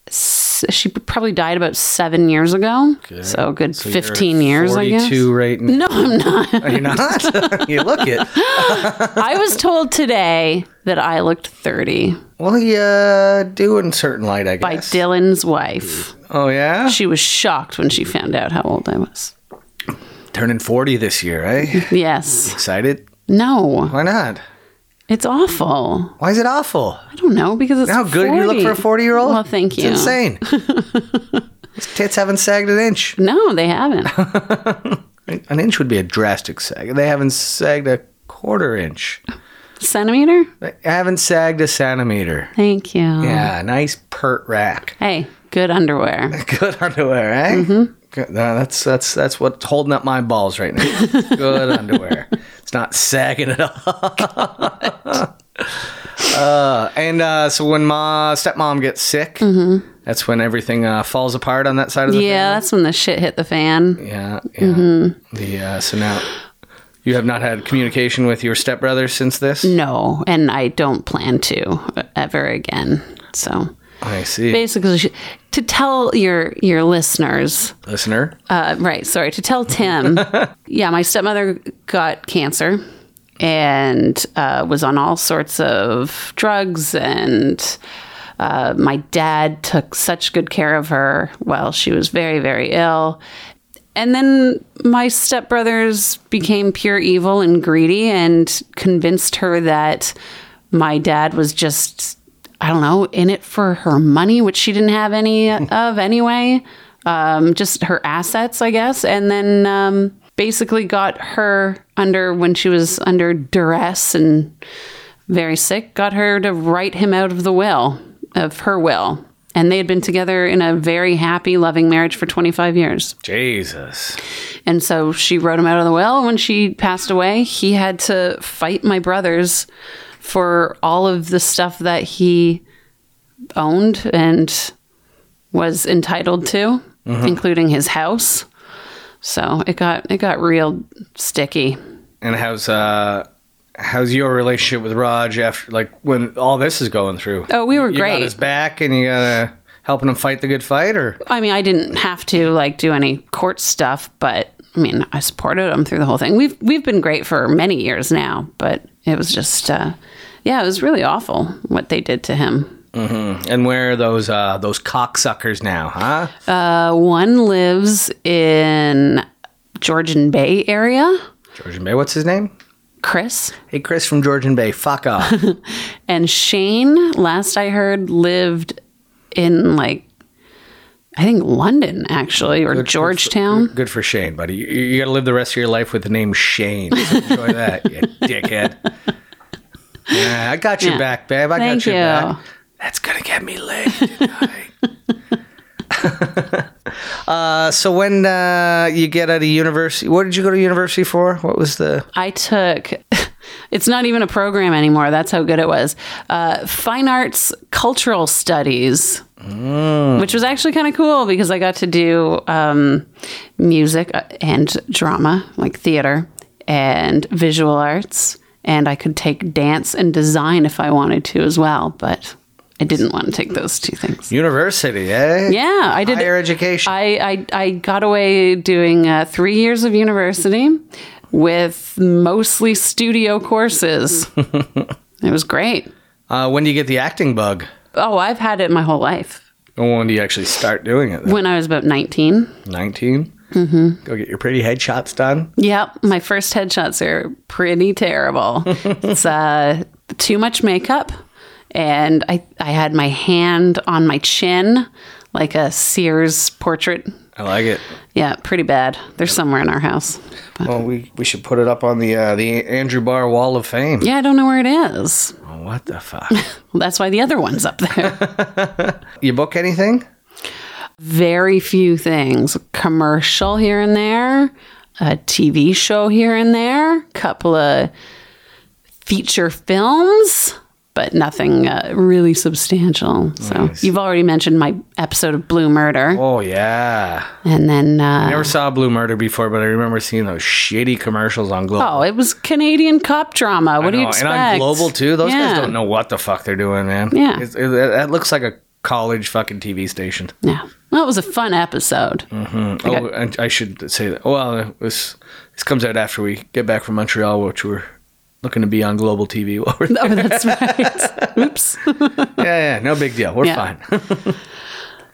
s- she probably died about seven years ago. So a good
So you're
15 years, I guess.
42 right now.
No, I'm not.
You're not? you look it.
I was told today that I looked 30
Well, yeah, do in certain light, I
by
guess.
Dylan's wife.
oh, yeah?
She was shocked when she found out how old I was.
Turning 40 this year, eh?
Yes.
Excited?
No,
Why not?
it's awful.
Why is it awful?
I don't know because it's
How good you look for a 40 year old?
Well, thank you.
It's insane. His tits haven't sagged an inch.
No, they haven't.
An inch would be a drastic sag. They haven't sagged a quarter inch.
Centimeter?
They haven't sagged a centimeter.
Thank you.
Yeah, nice pert rack.
Hey, good underwear.
Good underwear, eh?
Mm-hmm.
Good- no, that's that's that's what's holding up my balls right now. Good underwear. It's not sagging at all. uh, and uh, so when my stepmom gets sick, that's when everything uh, falls apart on that side of the
Mm-hmm. Yeah, that's when the shit hit the fan.
Yeah, yeah.
Mm-hmm.
The uh, so now you have not had communication with your stepbrother since this.
Mm. No, and I don't plan to uh, ever again. So
I see,
basically, she- to tell your your listeners,
listener.
uh, right? Sorry, to tell Tim. yeah, my stepmother got cancer and uh, was on all sorts of drugs, and uh, my dad took such good care of her while she was very very ill. And then my stepbrothers became pure evil and greedy and convinced her that my dad was just, I don't know, in it for her money, which she didn't have any of anyway, um, just her assets, I guess. And then um, basically got her under, when she was under duress and very sick, got her to write him out of the will, of her will. And they had been together in a very happy, loving marriage for 25 years.
Jesus.
And so she wrote him out of the will. And when she passed away, he had to fight my brothers for all of the stuff that he owned and was entitled to,
Uh-huh.
including his house. So it got it got real sticky.
And how's uh how's your relationship with Raj after like when all this is going through?
Oh, we were
you
great.
got his back, and you gotta helping him fight the good fight, or
I mean, I didn't have to like do any court stuff, but I mean, I supported him through the whole thing. We've we've been great for many years now, but it was just uh, yeah, it was really awful what they did to him.
and where are those uh those cocksuckers now, huh?
Uh, one lives in Georgian Bay area,
Georgian Bay, what's his name?
Chris,
Hey, Chris from Georgian Bay, fuck off.
and Shane. Last I heard, lived in like I think London actually or Georgetown.
Good for Shane, buddy. You, you gotta live the rest of your life with the name Shane. So enjoy that, you dickhead. Yeah, I got your
Yeah.
back, babe. I
Thank
got your
you.
back. That's gonna get me laid. tonight. uh, so when uh, you get out of university, what did you go to university for? What was the?
I took. It's not even a program anymore. That's how good it was. Uh, Fine arts cultural studies, which was actually kind of cool because I got to do um, music uh, and drama, like theater and visual arts, and I could take dance and design if I wanted to as well. But I didn't want to take those two things.
University, eh?
Yeah, I did.
Higher education.
I, I, I got away doing uh, three years of university with mostly studio courses. it was great.
uh, when do you get the acting bug?
Oh, I've had it my whole life.
And when do you actually start doing it?
When I was about 19.
19? Mm-hmm. Go get your pretty headshots done.
Yep, my first headshots are pretty terrible. it's uh, too much makeup, and I, I had my hand on my chin like a Sears portrait.
I like it.
Yeah, pretty bad. They're somewhere in our house.
Well, we, we should put it up on the uh, the Andrew Barr Wall of Fame.
Yeah, I don't know where it is.
Oh, what the fuck?
Well, that's why the other one's up there.
you book anything?
very few things commercial here and there a tv show here and there couple of feature films but nothing uh, really substantial so you've already mentioned my episode of blue murder
Oh yeah.
and then uh,
Never saw Blue Murder before, but I remember seeing those shitty commercials on Global.
oh it was canadian cop drama what do you
No,
expect
And on Global too, those
Yeah.
guys don't know what the fuck they're doing, man.
Yeah.
It's- it- that looks like a college fucking TV station.
Yeah. Well, it was a fun episode. Mm,
Oh, and I should say that. Well, this this comes out after we get back from Montreal, which we're looking to be on global TV. While we're there.
Oh, that's right. Oops.
yeah, yeah, no big deal. We're
Yeah.
fine.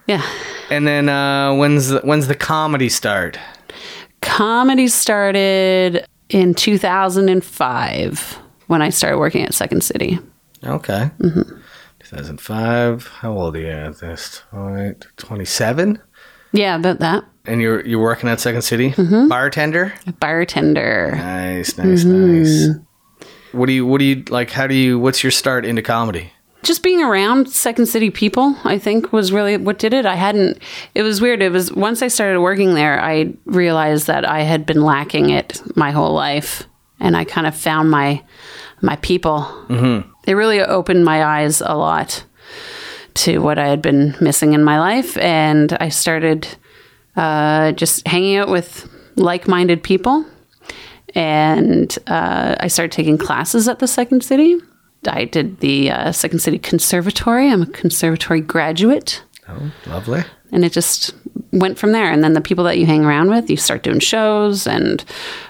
Yeah.
and then uh, when's the, when's the comedy start?
Comedy started in 2005 when I started working at Second City.
Okay. 2005. How old are you at this point? 27.
Yeah, about that.
And you're you're working at Second City, bartender.
Bartender.
Nice, nice, nice. What do you what do you like? How do you? What's your start into comedy?
Just being around Second City people, I think, was really what did it. I hadn't, it was weird. It was once I started working there, I realized that I had been lacking it my whole life. And I kind of found my, my people. Mm-hmm. It really opened my eyes a lot to what I had been missing in my life. And I started uh, just hanging out with like minded people. And uh, I started taking classes at the Second City. I did the uh, Second City Conservatory. I'm a conservatory graduate.
Oh, lovely.
And it just went from there. And then the people that you hang around with, you start doing shows. And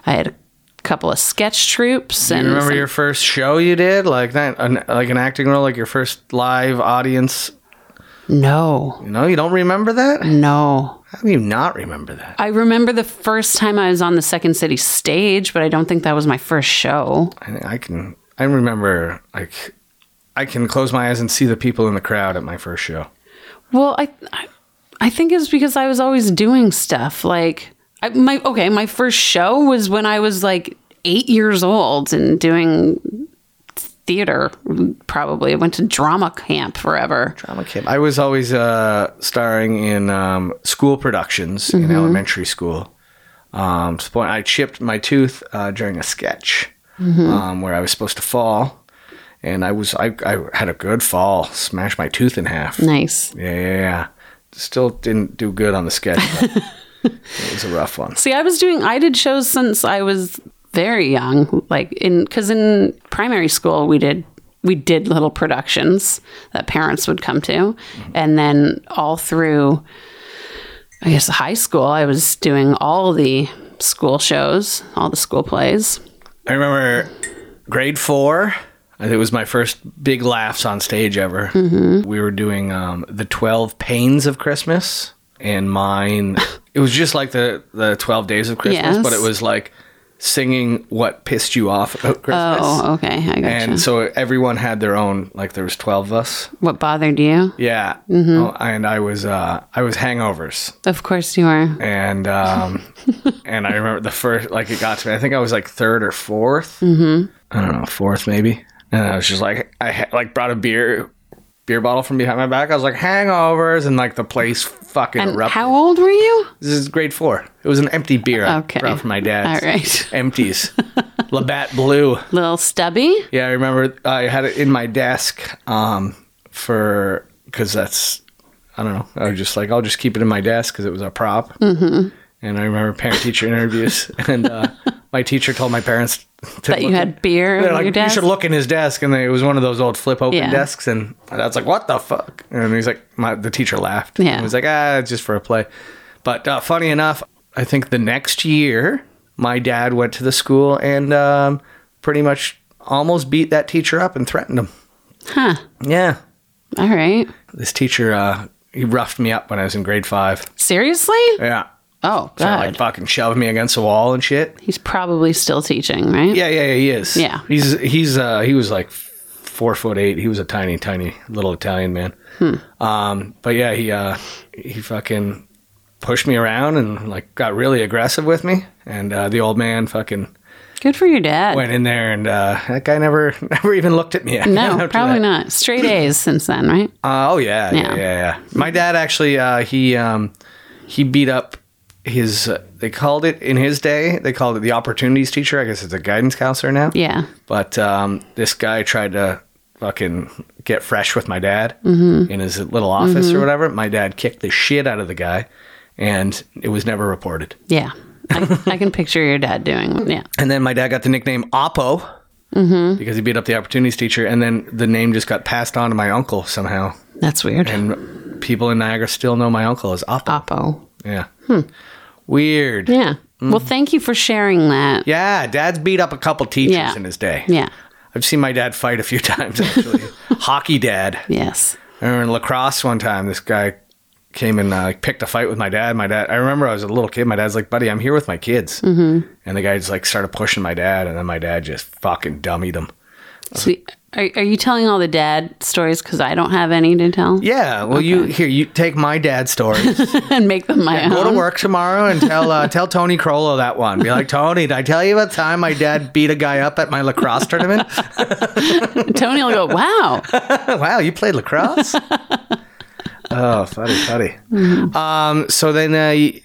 I had a couple of sketch troops.
You
and
remember
some-
your first show you did, like that, an, like an acting role, like your first live audience.
no,
You know, you don't remember that?
Mm. no.
How do you not remember that?
I remember the first time I was on the Second City stage, but I don't think that was my first show.
I, think I can. I remember. Like, I can close my eyes and see the people in the crowd at my first show.
Well, I, I, I think it's because I was always doing stuff like I, my okay. My first show was when I was like eight years old and doing theater. Probably I went to drama camp forever.
I'm a kid. I was always uh, starring in um, school productions in elementary school. Um, to the point I chipped my tooth uh, during a sketch um, where I was supposed to fall, and I was I, I had a good fall, smashed my tooth in half.
Nice.
Yeah, yeah, yeah. Still didn't do good on the sketch. But it was a rough one.
See, I was doing I did shows since I was very young, like in because in primary school we did we did little productions that parents would come to,
Mm-hmm.
and then all through I guess high school I was doing all the school shows, all the school plays.
I remember grade four. I think it was my first big laughs on stage ever.
Mm-hmm.
We were doing um, the Twelve Pains of Christmas, and mine. it was just like the the Twelve Days of Christmas,
Yes.
but it was like singing what pissed you off about Christmas.
Oh, okay, I gotcha.
And so everyone had their own. Like there was twelve of us.
what bothered you?
Yeah.
Mm-hmm.
Oh, and I was uh, I was hangovers
Of course you are.
and um, and I remember the first like it got to me. I think I was like third or 4th Mm-hmm. I don't know, fourth maybe. And I was just like, I ha- like brought a beer beer bottle from behind my back. I was like hangovers, and like the place fucking
And
erupted.
how old were you?
this is grade four. It was an empty beer I
Okay.
brought from my dad's.
All right.
empties. Labatt Blue.
Little stubby?
Yeah, I remember I had it in my desk um, for because that's I don't know. I was just like I'll just keep it in my desk because it was a prop. Mm-hmm. And I remember parent teacher interviews, and uh, my teacher told my parents to
That you
look-
had beer
They're
on
like,
your
you
desk?
should look in his desk, and it was one of those old flip open
Yeah.
desks, and that's like, what the fuck? And he's like, my, the teacher laughed.
Yeah.
he was like, ah, it's just for a play. But uh, funny enough, I think the next year, my dad went to the school and um, pretty much almost beat that teacher up and threatened him.
Huh.
Yeah,
All right.
this teacher, uh, he roughed me up when I was in grade five.
Seriously?
Yeah,
Oh,
so,
God.
like fucking shoved me against the wall and shit.
He's probably still teaching, right?
Yeah, yeah, yeah, he is.
Yeah.
he's he's uh, he was like four foot eight. He was a tiny, tiny little Italian man.
Hmm.
Um, but yeah, he uh, he fucking pushed me around and like got really aggressive with me. And uh, the old man fucking
Good for your dad.
went in there, and uh, that guy never never even looked at me.
no,
after
probably
that.
not. Straight A's since then, right?
Uh, oh yeah, yeah,
Yeah.
yeah, yeah. My dad actually uh, he um, he beat up his. Uh, they called it in his day. They called it the opportunities teacher. I guess it's a guidance counselor now.
Yeah.
But um, this guy tried to fucking get fresh with my dad
Mm-hmm.
in his little office or whatever. My dad kicked the shit out of the guy, and it was never reported.
Yeah. I, I can picture your dad doing. Yeah.
And then my dad got the nickname Oppo
Mm-hmm.
because he beat up the opportunities teacher, and then the name just got passed on to my uncle somehow.
That's weird.
And people in Niagara still know my uncle as Oppo.
Oppo. Hmm.
yeah. Weird.
Yeah. Well,
Mm.
thank you for sharing that.
Yeah, dad's beat up a couple teachers
Yeah.
in his day.
Yeah.
I've seen my dad fight a few times, actually. Hockey dad.
Yes.
I remember in lacrosse one time, this guy came and uh, picked a fight with my dad. My dad, I remember I was a little kid. My dad's like, buddy, I'm here with my kids. Mm-hmm. And the guy just like started pushing my dad, and then my dad just fucking dummied him.
So, are, are you telling all the dad stories? Because I don't have any to tell.
Yeah, well, you here, you take my dad's story.
and make them my
Go
own.
to work tomorrow and tell uh, tell Tony Crollo that one. Be like, Tony, did I tell you about the time my dad beat a guy up at my lacrosse tournament?
Tony will go, wow.
wow, you played lacrosse? oh, funny, funny.
Mm-hmm.
Um, so then uh, you,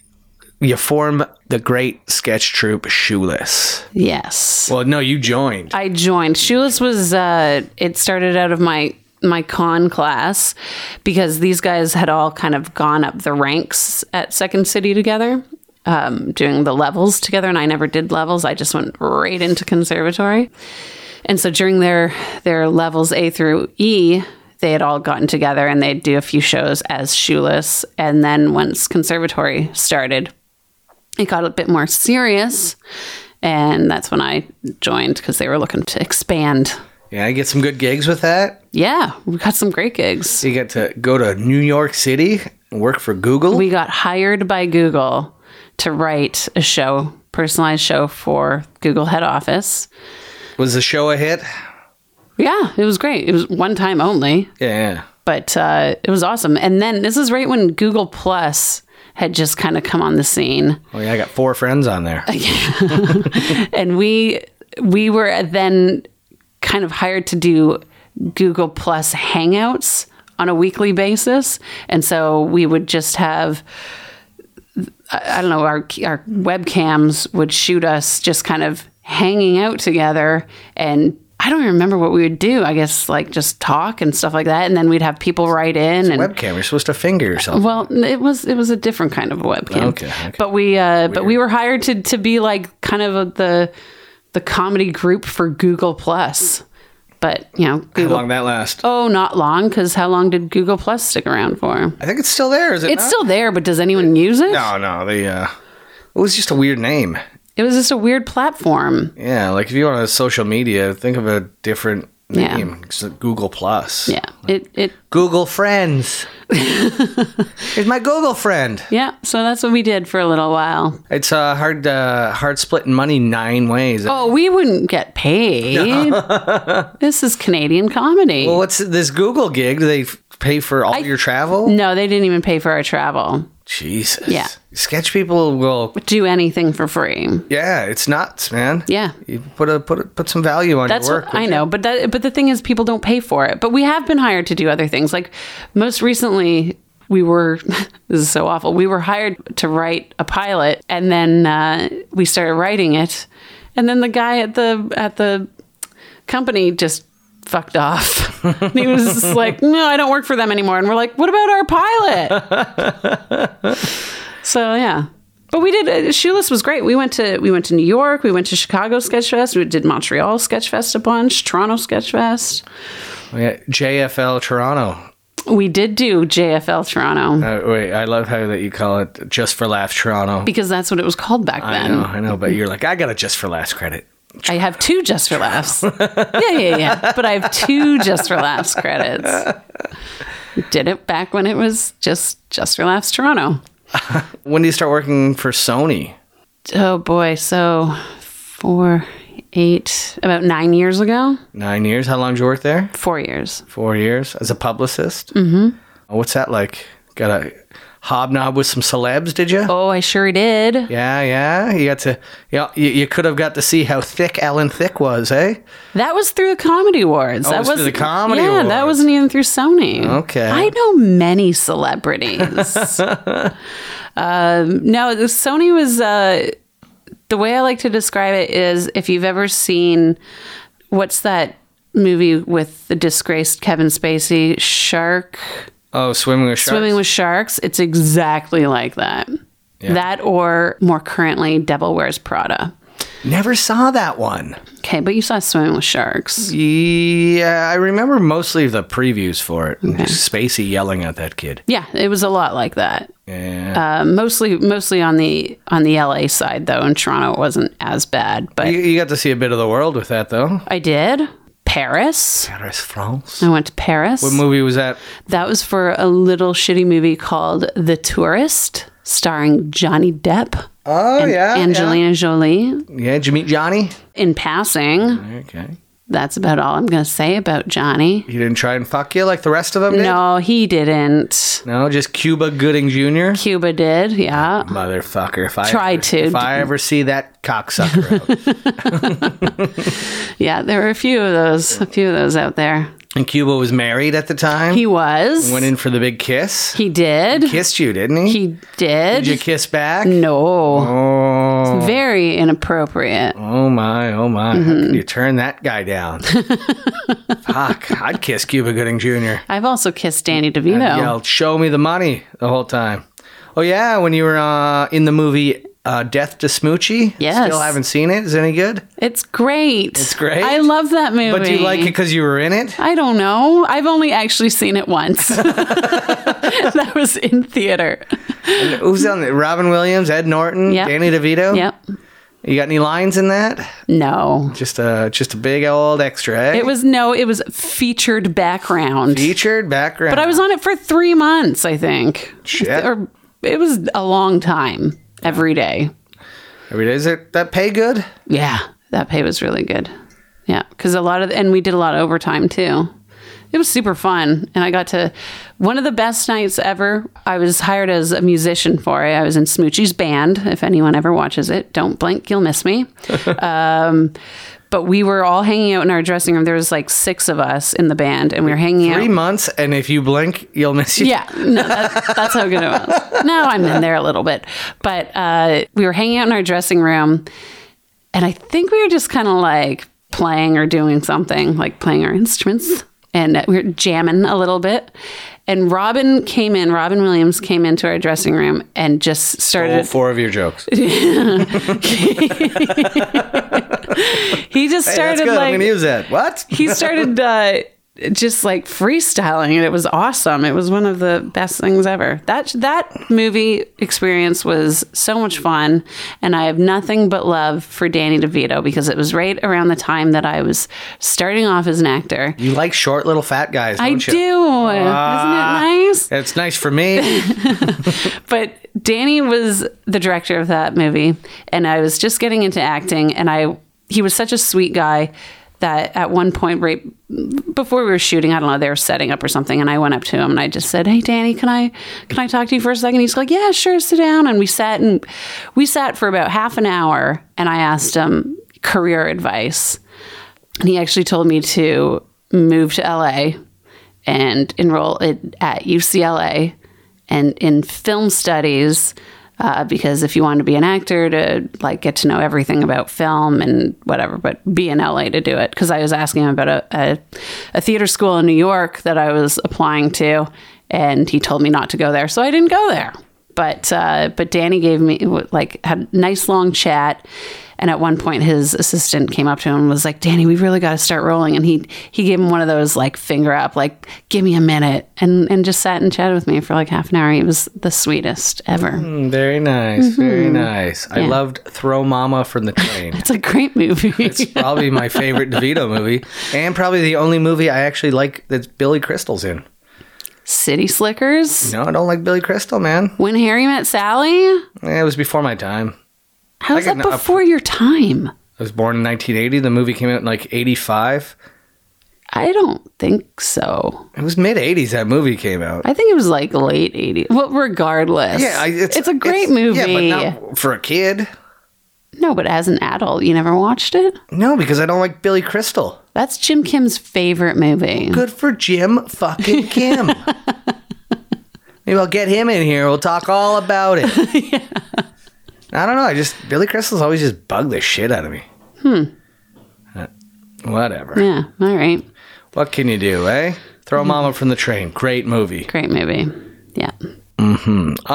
you form the great sketch troupe Shoeless.
yes.
Well, no, you joined.
I joined. Shoeless was uh it started out of my my con class because these guys had all kind of gone up the ranks at Second City together, um, doing the levels together, and I never did levels. I just went right into conservatory. And so during their their levels A through E, they had all gotten together and they'd do a few shows as shoeless. And then once conservatory started, it got a bit more serious. And that's when I joined because they were looking to expand.
Yeah, you get some good gigs with that.
Yeah, we got some great gigs.
You get to go to New York City and work for Google.
We got hired by Google to write a show, personalized show for Google head office.
Was the show a hit?
Yeah, it was great. It was one time only.
Yeah.
but uh, it was awesome. And then this is right when Google Plus had just kind of come on the scene,
Well, yeah, I got four friends on there.
and we we were then kind of hired to do Google Plus Hangouts on a weekly basis, and so we would just have. I I don't know. Our our webcams would shoot us just kind of hanging out together, and I don't even remember what we would do. I guess like just talk and stuff like that, and then we'd have people write in and
Webcam, you're supposed to finger yourself.
Well, n- it was it was a different kind of a webcam.
Okay, okay.
But we uh, but we were hired to to be like kind of a, the the comedy group for Google Plus. But you know,
How
Google
long that last?
oh, not long because how long did Google Plus stick around for?
I think it's still there, is it?
It's
not?
still there, but does anyone use it?
No, no. They uh, it was just a weird name.
It was just a weird platform.
Yeah, like if you want a social media, think of a different
Yeah.
name. It's like Google Plus.
Yeah, it it
Google Friends. Here's my Google friend.
yeah. So that's what we did for a little while.
It's uh, hard uh, hard splitting money nine ways.
Oh, we wouldn't get paid. this is Canadian comedy.
Well, what's this Google gig? Do they f- pay for all your travel?
no, they didn't even pay for our travel.
Jesus.
Yeah.
Sketch people will.
Do anything for free.
Yeah, it's nuts, man.
Yeah.
You put a put a, put some value on
That's
your work.
what I know, but that but the thing is people don't pay for it. But we have been hired to do other things. Like most recently we were this is so awful. We were hired to write a pilot and then uh, we started writing it and then the guy at the at the company just fucked off. And he was just like, "No, I don't work for them anymore." And we're like, "What about our pilot?" so, yeah. But we did uh, Shoeless was great. We went to we went to New York, we went to Chicago Sketch Fest, we did Montreal Sketch Fest a bunch, Toronto Sketch Fest.
Yeah, JFL Toronto.
We did do JFL Toronto
Uh, wait, I love how that you call it just for laughs Toronto.
because that's what it was called back
I
then.
know, I know, but you're like, I got it just for last credit.
I have two just for laughs. yeah, yeah, yeah. But I have two just for laughs credits. Did it back when it was just just for laughs Toronto.
When do you start working for Sony?
Oh boy, so four, eight, about nine years ago,
Nine years. How long did you work there?
four years.
Four years as a publicist. Mm-hmm. What's that like? Got a hobnob with some celebs? Did you?
Oh, I sure did.
Yeah, yeah. You got to. Yeah, you, you could have got to see how thick Alan Thick was, eh?
That was through the Comedy Awards.
Oh, it
that
was through the Comedy
yeah, that
Awards.
wasn't even through Sony.
Okay.
I know many celebrities. um, no, the Sony was uh, the way I like to describe it is if you've ever seen what's that movie with the disgraced Kevin Spacey shark.
Oh, swimming with sharks.
Swimming with Sharks, it's exactly like that. That or more currently Devil Wears Prada.
Never saw that one.
Okay, but you saw swimming with sharks.
Yeah, I remember mostly the previews for it. Spacey yelling at that kid.
Yeah, it was a lot like that.
Yeah.
Uh, mostly, mostly on the on the LA side though. In Toronto, it wasn't as bad, but
you, you got to see a bit of the world with that, though.
I did Paris.
Paris, France.
I went to Paris.
What movie was that?
That was for a little shitty movie called The Tourist, starring Johnny Depp,
Oh, yeah.
Angelina Jolie.
Yeah, did you meet Johnny?
In passing,
Okay.
that's about all I'm going to say about Johnny.
He didn't try and fuck you like the rest of them did?
No, he didn't.
No, just Cuba Gooding Jr.?
Cuba did, yeah.
Motherfucker. If I
Tried
ever,
to.
If I ever see that cocksucker. out.
Yeah, there were a few of those, a few of those out there.
and Cuba was married at the time.
He was.
went in for the big kiss.
he did.
Kissed you, didn't he?
He did.
Did you kiss back?
no.
Oh,
Very inappropriate.
oh my, oh my. How
Mm-hmm.
could you turn that guy down? Fuck, I'd kiss Cuba Gooding Jr.
I've also kissed Danny DeVito.
Yelled, show me the money the whole time. Oh, yeah, when you were uh, in the movie uh, Death to Smoochie.
Yes.
Still haven't seen it. Is it any good?
It's great. It's
great?
I love that movie.
But do you like it because you were in it?
I don't know. I've only actually seen it once. that was in theater.
Who's on it? Robin Williams, Ed Norton,
Yep.
Danny DeVito?
Yep.
You got any lines in that?
No.
Just a just a big old extra, eh?
It was no, it was featured background.
featured background.
but I was on it for 3 months, I think.
Shit.
Or it was a long time every day.
I mean, is it that pay good?
Yeah. That pay was really good. Yeah, cuz a lot of and we did a lot of overtime too. It was super fun and I got to one of the best nights ever. I was hired as a musician for it. I was in Smoochie's band. If anyone ever watches it, don't blink, you'll miss me. um but we were all hanging out in our dressing room. There was like six of us in the band, and we were hanging
Three
out.
months, and if you blink, you'll miss you.
Yeah, no, that, that's how good it was. No, I'm in there a little bit, but uh, we were hanging out in our dressing room, and I think we were just kind of like playing or doing something, like playing our instruments, and uh, we were jamming a little bit. And Robin came in. Robin Williams came into our dressing room and just
All
started.
four of your jokes.
He just started
That's good.
like
I'm gonna use that. What?
he started uh, just like freestyling and it was awesome it was one of the best things ever that that movie experience was so much fun and i have nothing but love for danny devito because it was right around the time that i was starting off as an actor
You like short little fat guys, don't
i
you? Ah.
do isn't it nice
It's nice for me.
but Danny was the director of that movie, and I was just getting into acting, and I he was such a sweet guy that at one point right before we were shooting, I don't know, they were setting up or something, and I went up to him and I just said, "Hey, Danny, can I can I talk to you for a second? He's like, "Yeah, sure, sit down." And we sat and we sat for about half an hour, and I asked him career advice, and he actually told me to move to LA and enroll in, at UCLA and in film studies uh, because if you want to be an actor to like get to know everything about film and whatever but be in la to do it because i was asking him about a, a, a theater school in new york that i was applying to and he told me not to go there so i didn't go there but uh, but danny gave me like had a nice long chat and at one point his assistant came up to him and was like danny we really got to start rolling and he he gave him one of those like finger up like give me a minute and and just sat and chatted with me for like half an hour he was the sweetest ever
Mm, very nice. Very
Mm-hmm.
nice. I loved Throw Mama from the Train.
it's a great movie
It's probably my favorite DeVito movie, and probably the only movie I actually like that Billy Crystal's in.
city slickers
No, I don't like Billy Crystal, man.
when harry met sally
Eh, It was before my time.
how is
Like
that
an up-
before your time
I was born in 1980. The movie came out in like 85.
i don't think so
It was mid 80s that movie came out.
i think it was like late 80s well regardless
Yeah, I-
it's, a
it's-
great movie
Yeah, but not for a kid.
no but as an adult you never watched it
No, because I don't like Billy Crystal.
That's Jim Kim's favorite movie.
Good for Jim fucking Kim. Maybe I'll get him in here. We'll talk all about it. I don't know. I just Billy Crystal's always just bug the shit out of me. Hmm. whatever.
Yeah, all right.
What can you do, eh? Throw Mama from the Train. Great movie.
Great movie. Yeah.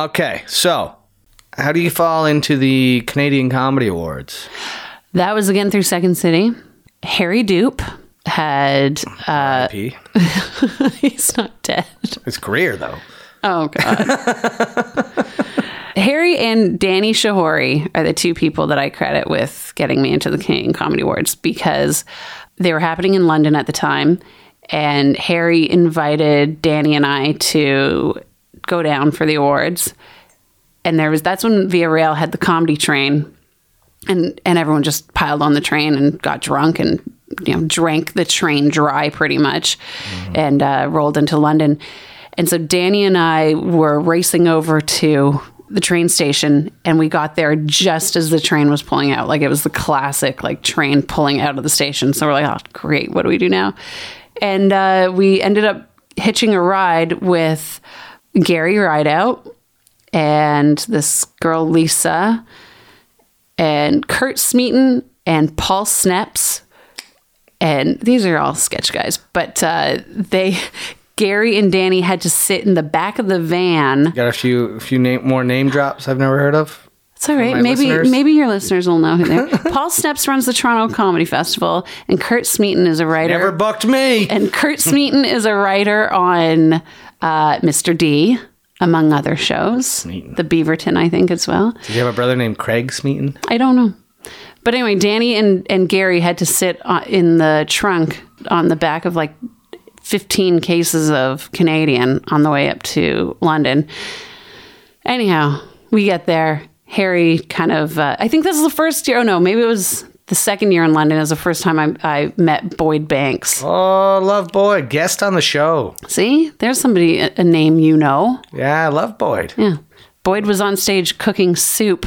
Okay, so how do you fall into the Canadian Comedy Awards?
That was again through Second City. Harry Dupe had uh,
P.
he's not dead.
It's career though.
Oh god. Harry and Danny Shahori are the two people that I credit with getting me into the Canadian Comedy Awards because they were happening in London at the time and Harry invited Danny and I to go down for the awards. And there was that's when Via Rail had the comedy train and and everyone just piled on the train and got drunk and you know drank the train dry pretty much and uh, rolled into london and so danny and i were racing over to the train station and we got there just as the train was pulling out like it was the classic like train pulling out of the station so we're like oh great what do we do now and uh, we ended up hitching a ride with gary rideout and this girl lisa and Kurt Smeaton and Paul Sneps. And these are all sketch guys, but uh, they, Gary and Danny had to sit in the back of the van.
Got a few few name, more name drops I've never heard of.
It's all right.
my
Maybe
listeners.
maybe your listeners will know who they are. Paul Sneps runs the Toronto Comedy Festival, and Kurt Smeaton is a writer.
Never booked me.
and Kurt Smeaton is a writer on uh, Mr. D, among other shows. The Beaverton, I think, as well.
Did you have a brother named Craig Smeaton?
I don't know. But anyway, Danny and, and Gary had to sit on, in the trunk on the back of like 15 cases of Canadian on the way up to London. Anyhow, we get there. Harry kind of, uh, I think this is the first year. Oh, no, maybe it was the second year in London. It was the first time I, I met Boyd Banks.
Oh, love Boyd, guest on the show.
See, there's somebody, a, a name you know.
Yeah, I love Boyd.
Yeah. Boyd was on stage cooking soup.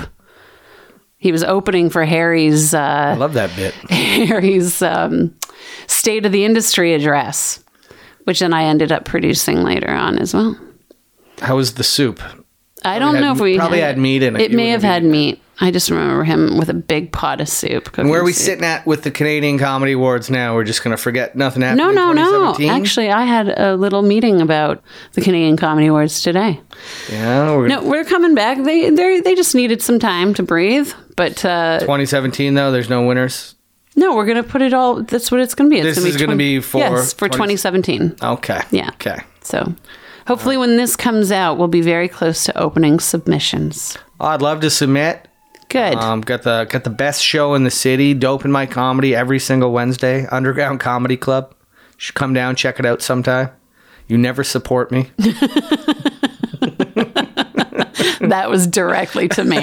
He was opening for Harry's uh,
I love that bit.
Harry's um, State of the Industry address, which then I ended up producing later on as well.
How was the soup?
I don't
had-
know if we
probably had meat in it.
It
You
may
would
have
have
had meat. I just remember him with a big pot of soup.
And where are we
sit?
sitting at with the Canadian Comedy Awards now? We're just going to forget nothing happened
No,
in
no, no.
2017?
Actually, I had a little meeting about the Canadian Comedy Awards today.
Yeah, we're
No, we're coming back. They they they just needed some time to breathe. But uh,
2017 though, there's no winners.
no, we're gonna put it all. That's what it's gonna be. It's
This
gonna
is gonna
twen-
be for
yes for
20
2017.
Okay.
Yeah.
Okay.
So hopefully when this comes out, we'll be very close to opening submissions.
I'd love to submit.
Good.
Um, got the got the best show in the city. Dope in my comedy every single Wednesday. Underground Comedy Club. You should come down, check it out sometime. You never support me.
that was directly to me.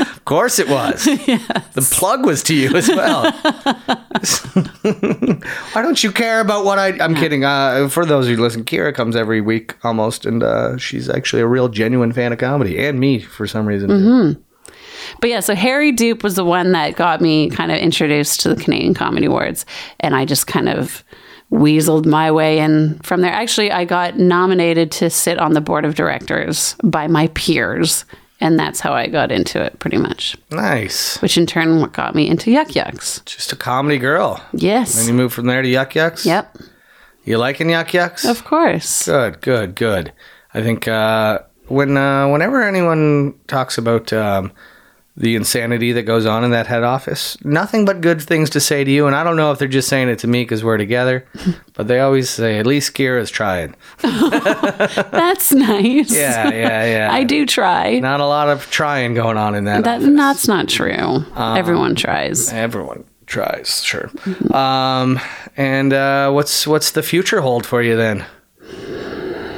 of course it was. The plug was to you as well. Why don't you care about what I? I'm kidding. Uh, for those who listen, Kira comes every week almost, and uh, she's actually a real genuine fan of comedy and me for some reason.
Mm-hmm. but yeah, so Harry Dupe was the one that got me kind of introduced to the Canadian Comedy Awards. And I just kind of weaseled my way in from there. Actually, I got nominated to sit on the board of directors by my peers. And that's how I got into it pretty much,
Nice.
which in turn what got me into Yuck Yucks.
Just a comedy girl.
Yes.
You moved from there to Yuck Yucks.
Yep.
You liking Yuck Yucks?
Of course.
Good, good, good. I think uh, when uh, whenever anyone talks about um, the insanity that goes on in that head office, nothing but good things to say to you. And I don't know if they're just saying it to me because we're together, but they always say, "At least Gear is trying."
That's nice.
Yeah, yeah, yeah.
I do try.
Not a lot of trying going on in that.
That,
office.
that's not true.
Um,
Everyone tries.
Everyone tries, sure.
Mm-hmm.
Um, and uh, what's what's the future hold for you then?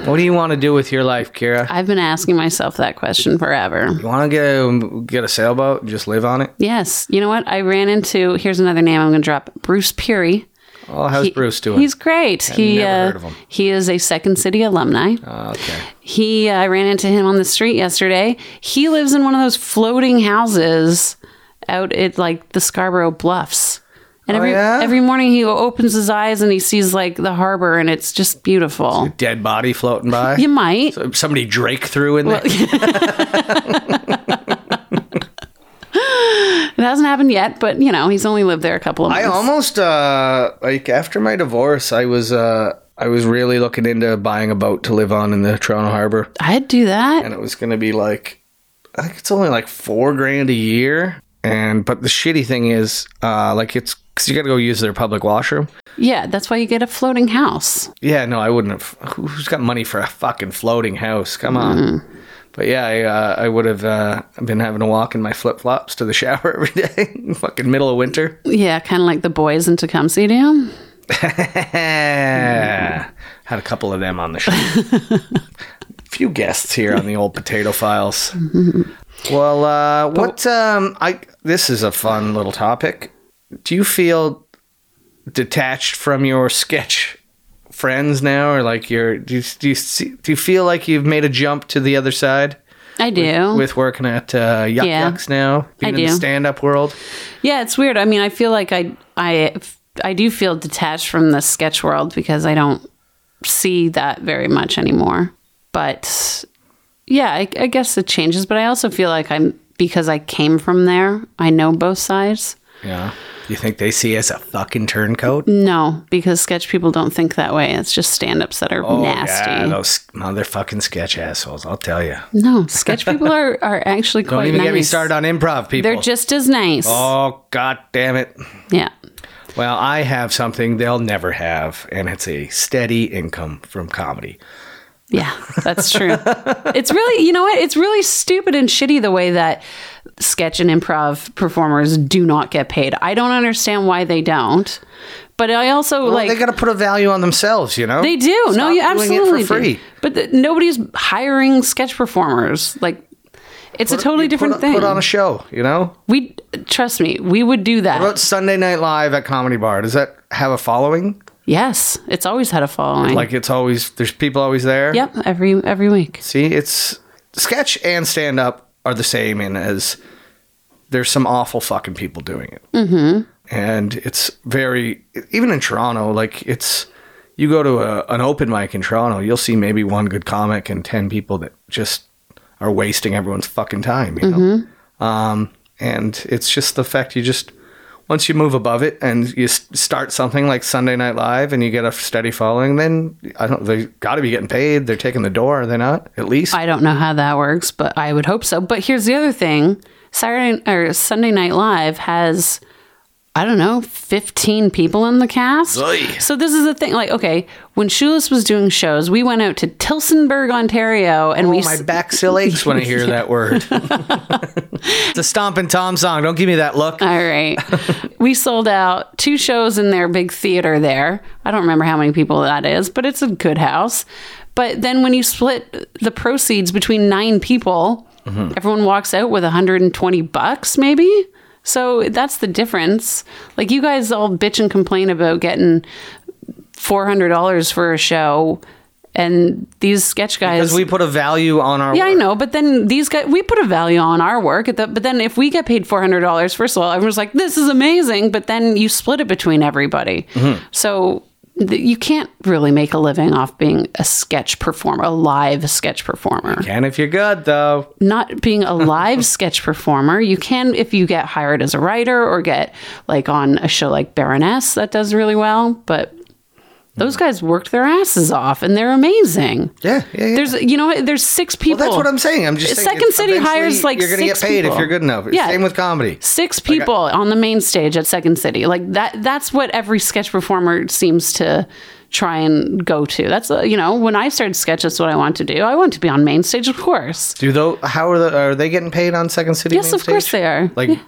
What do you want to do with your life, Kira?
I've been asking myself that question forever.
You want to go get a sailboat and just live on it?
Yes. You know what? I ran into, here's another name I'm going to drop Bruce Peary.
Oh, how's
He-
Bruce doing?
He's great. he
never
uh,
heard of him.
he is a Second City alumni.
Oh, okay.
He uh, I ran into him on the street yesterday. He lives in one of those floating houses out at like the Scarborough Bluffs. And every
Oh, yeah?
every morning he opens his eyes and he sees like the harbor and it's just beautiful.
Dead body floating by. Uh,
You might.
Somebody Drake threw in there.
It hasn't happened yet, but you know, he's only lived there a couple of
I
months.
almost uh like after my divorce, I was uh I was really looking into buying a boat to live on in the Toronto Harbor,
I'd do that.
and it was going to be like I think it's only like four grand a year. And but the shitty thing is, uh, like it's because you got to go use their public washroom.
Yeah, that's why you get a floating house.
Yeah, no, I wouldn't have. who- Who's got money for a fucking floating house? Come on. But yeah, I, uh, I would have uh, been having to walk in my flip flops to the shower every day, fucking middle of winter.
Yeah, kind of like the boys in Tecumseh Dam.
Eh, Had a couple of them on the show. Few guests here on the old potato files. well, uh, what? Um, I this is a fun little topic. Do you feel detached from your sketch friends now, or like your do you, do you see, do you feel like you've made a jump to the other side
I do.
with working at uh, Yuck
Yeah.
Yucks now, being in
do.
the stand-up world?
yeah, it's weird. I mean, I feel like I I I do feel detached from the sketch world because I don't see that very much anymore. But yeah, I, I guess it changes. But I also feel like I'm because I came from there. I know both sides.
Yeah. You think they see us a fucking turncoat?
No, because sketch people don't think that way. It's just stand-ups that are nasty.
Oh, Yeah, those motherfucking sketch assholes. I'll tell you.
No, sketch people are, are actually quite
Don't even
nice.
get me started on improv people.
They're just as nice.
oh god damn it.
Yeah.
Well, I have something they'll never have, and it's a steady income from comedy.
Yeah, that's true. it's really, you know what? It's really stupid and shitty the way that sketch and improv performers do not get paid. I don't understand why they don't. But I also
Well,
like
they got to put a value on themselves, you know.
They do. no,
Stop doing
you
it for
absolutely
free.
do. But th- nobody's hiring sketch performers. Like it's a totally
You
different
put,
thing.
Put on a show, you know.
we trust me, we would do that.
What about Sunday Night Live at Comedy Bar? Does that have a following?
yes, it's always had a following.
Like it's always there's people always there.
yep, every every week.
See, it's sketch and stand up are the same in as there's some awful fucking people doing it. Mm-hmm. And it's very even in Toronto, like it's you go to a, an open mic in Toronto, you'll see maybe one good comic and ten people that just are wasting everyone's fucking time. You know, um, and it's just the fact you just once you move above it and you s- start something like Sunday Night Live and you get a steady following, then I don't. They got to be getting paid. They're taking the door, are they not? At least.
I don't know how that works, but I would hope so. But here's the other thing: Saturday or Sunday Night Live has, I don't know, fifteen people in the cast.
Oy.
So this is the thing. Like, okay, when Shoeless was doing shows, we went out to Tilsonburg, Ontario, and we
Oh,
s-
my back still aches when I hear that word. it's a stomping Tom song. Don't give me that look.
All right. we sold out two shows in their big theater there. I don't remember how many people that is, but it's a good house. But then when you split the proceeds between nine people,
Mm-hmm.
everyone walks out with 120 bucks, maybe. So that's the difference. Like you guys all bitch and complain about getting $400 for a show, and these sketch guys
Because we put a value on our.
yeah, I
work.
know, but then these guys, we put a value on our work. At the, but then if we get paid four hundred dollars, first of all, everyone's like, "This is amazing," but then you split it between everybody.
Mm-hmm.
So th- you can't really make a living off being a sketch performer, a live sketch performer.
And if you're good though,
Not being a live sketch performer, you can if you get hired as a writer or get like on a show like Baroness that does really well, but.
Mm.
Those guys worked their asses off, and they're amazing.
yeah, yeah, yeah.
There's, you know, what? there's six people.
Well, that's what I'm saying. I'm just saying
Second
it's
City
eventually
hires, like,
you're gonna
six
get paid
people.
if you're good enough.
Yeah.
Same with comedy.
six people on the main stage at Second City. Like that that's what every sketch performer seems to try and go to. That's uh, you know, when I started sketch that's what I want to do. I want to be on main stage, of course.
Do though? How are the, are they getting paid on Second City?
Yes,
main
of course
stage?
they are.
Like,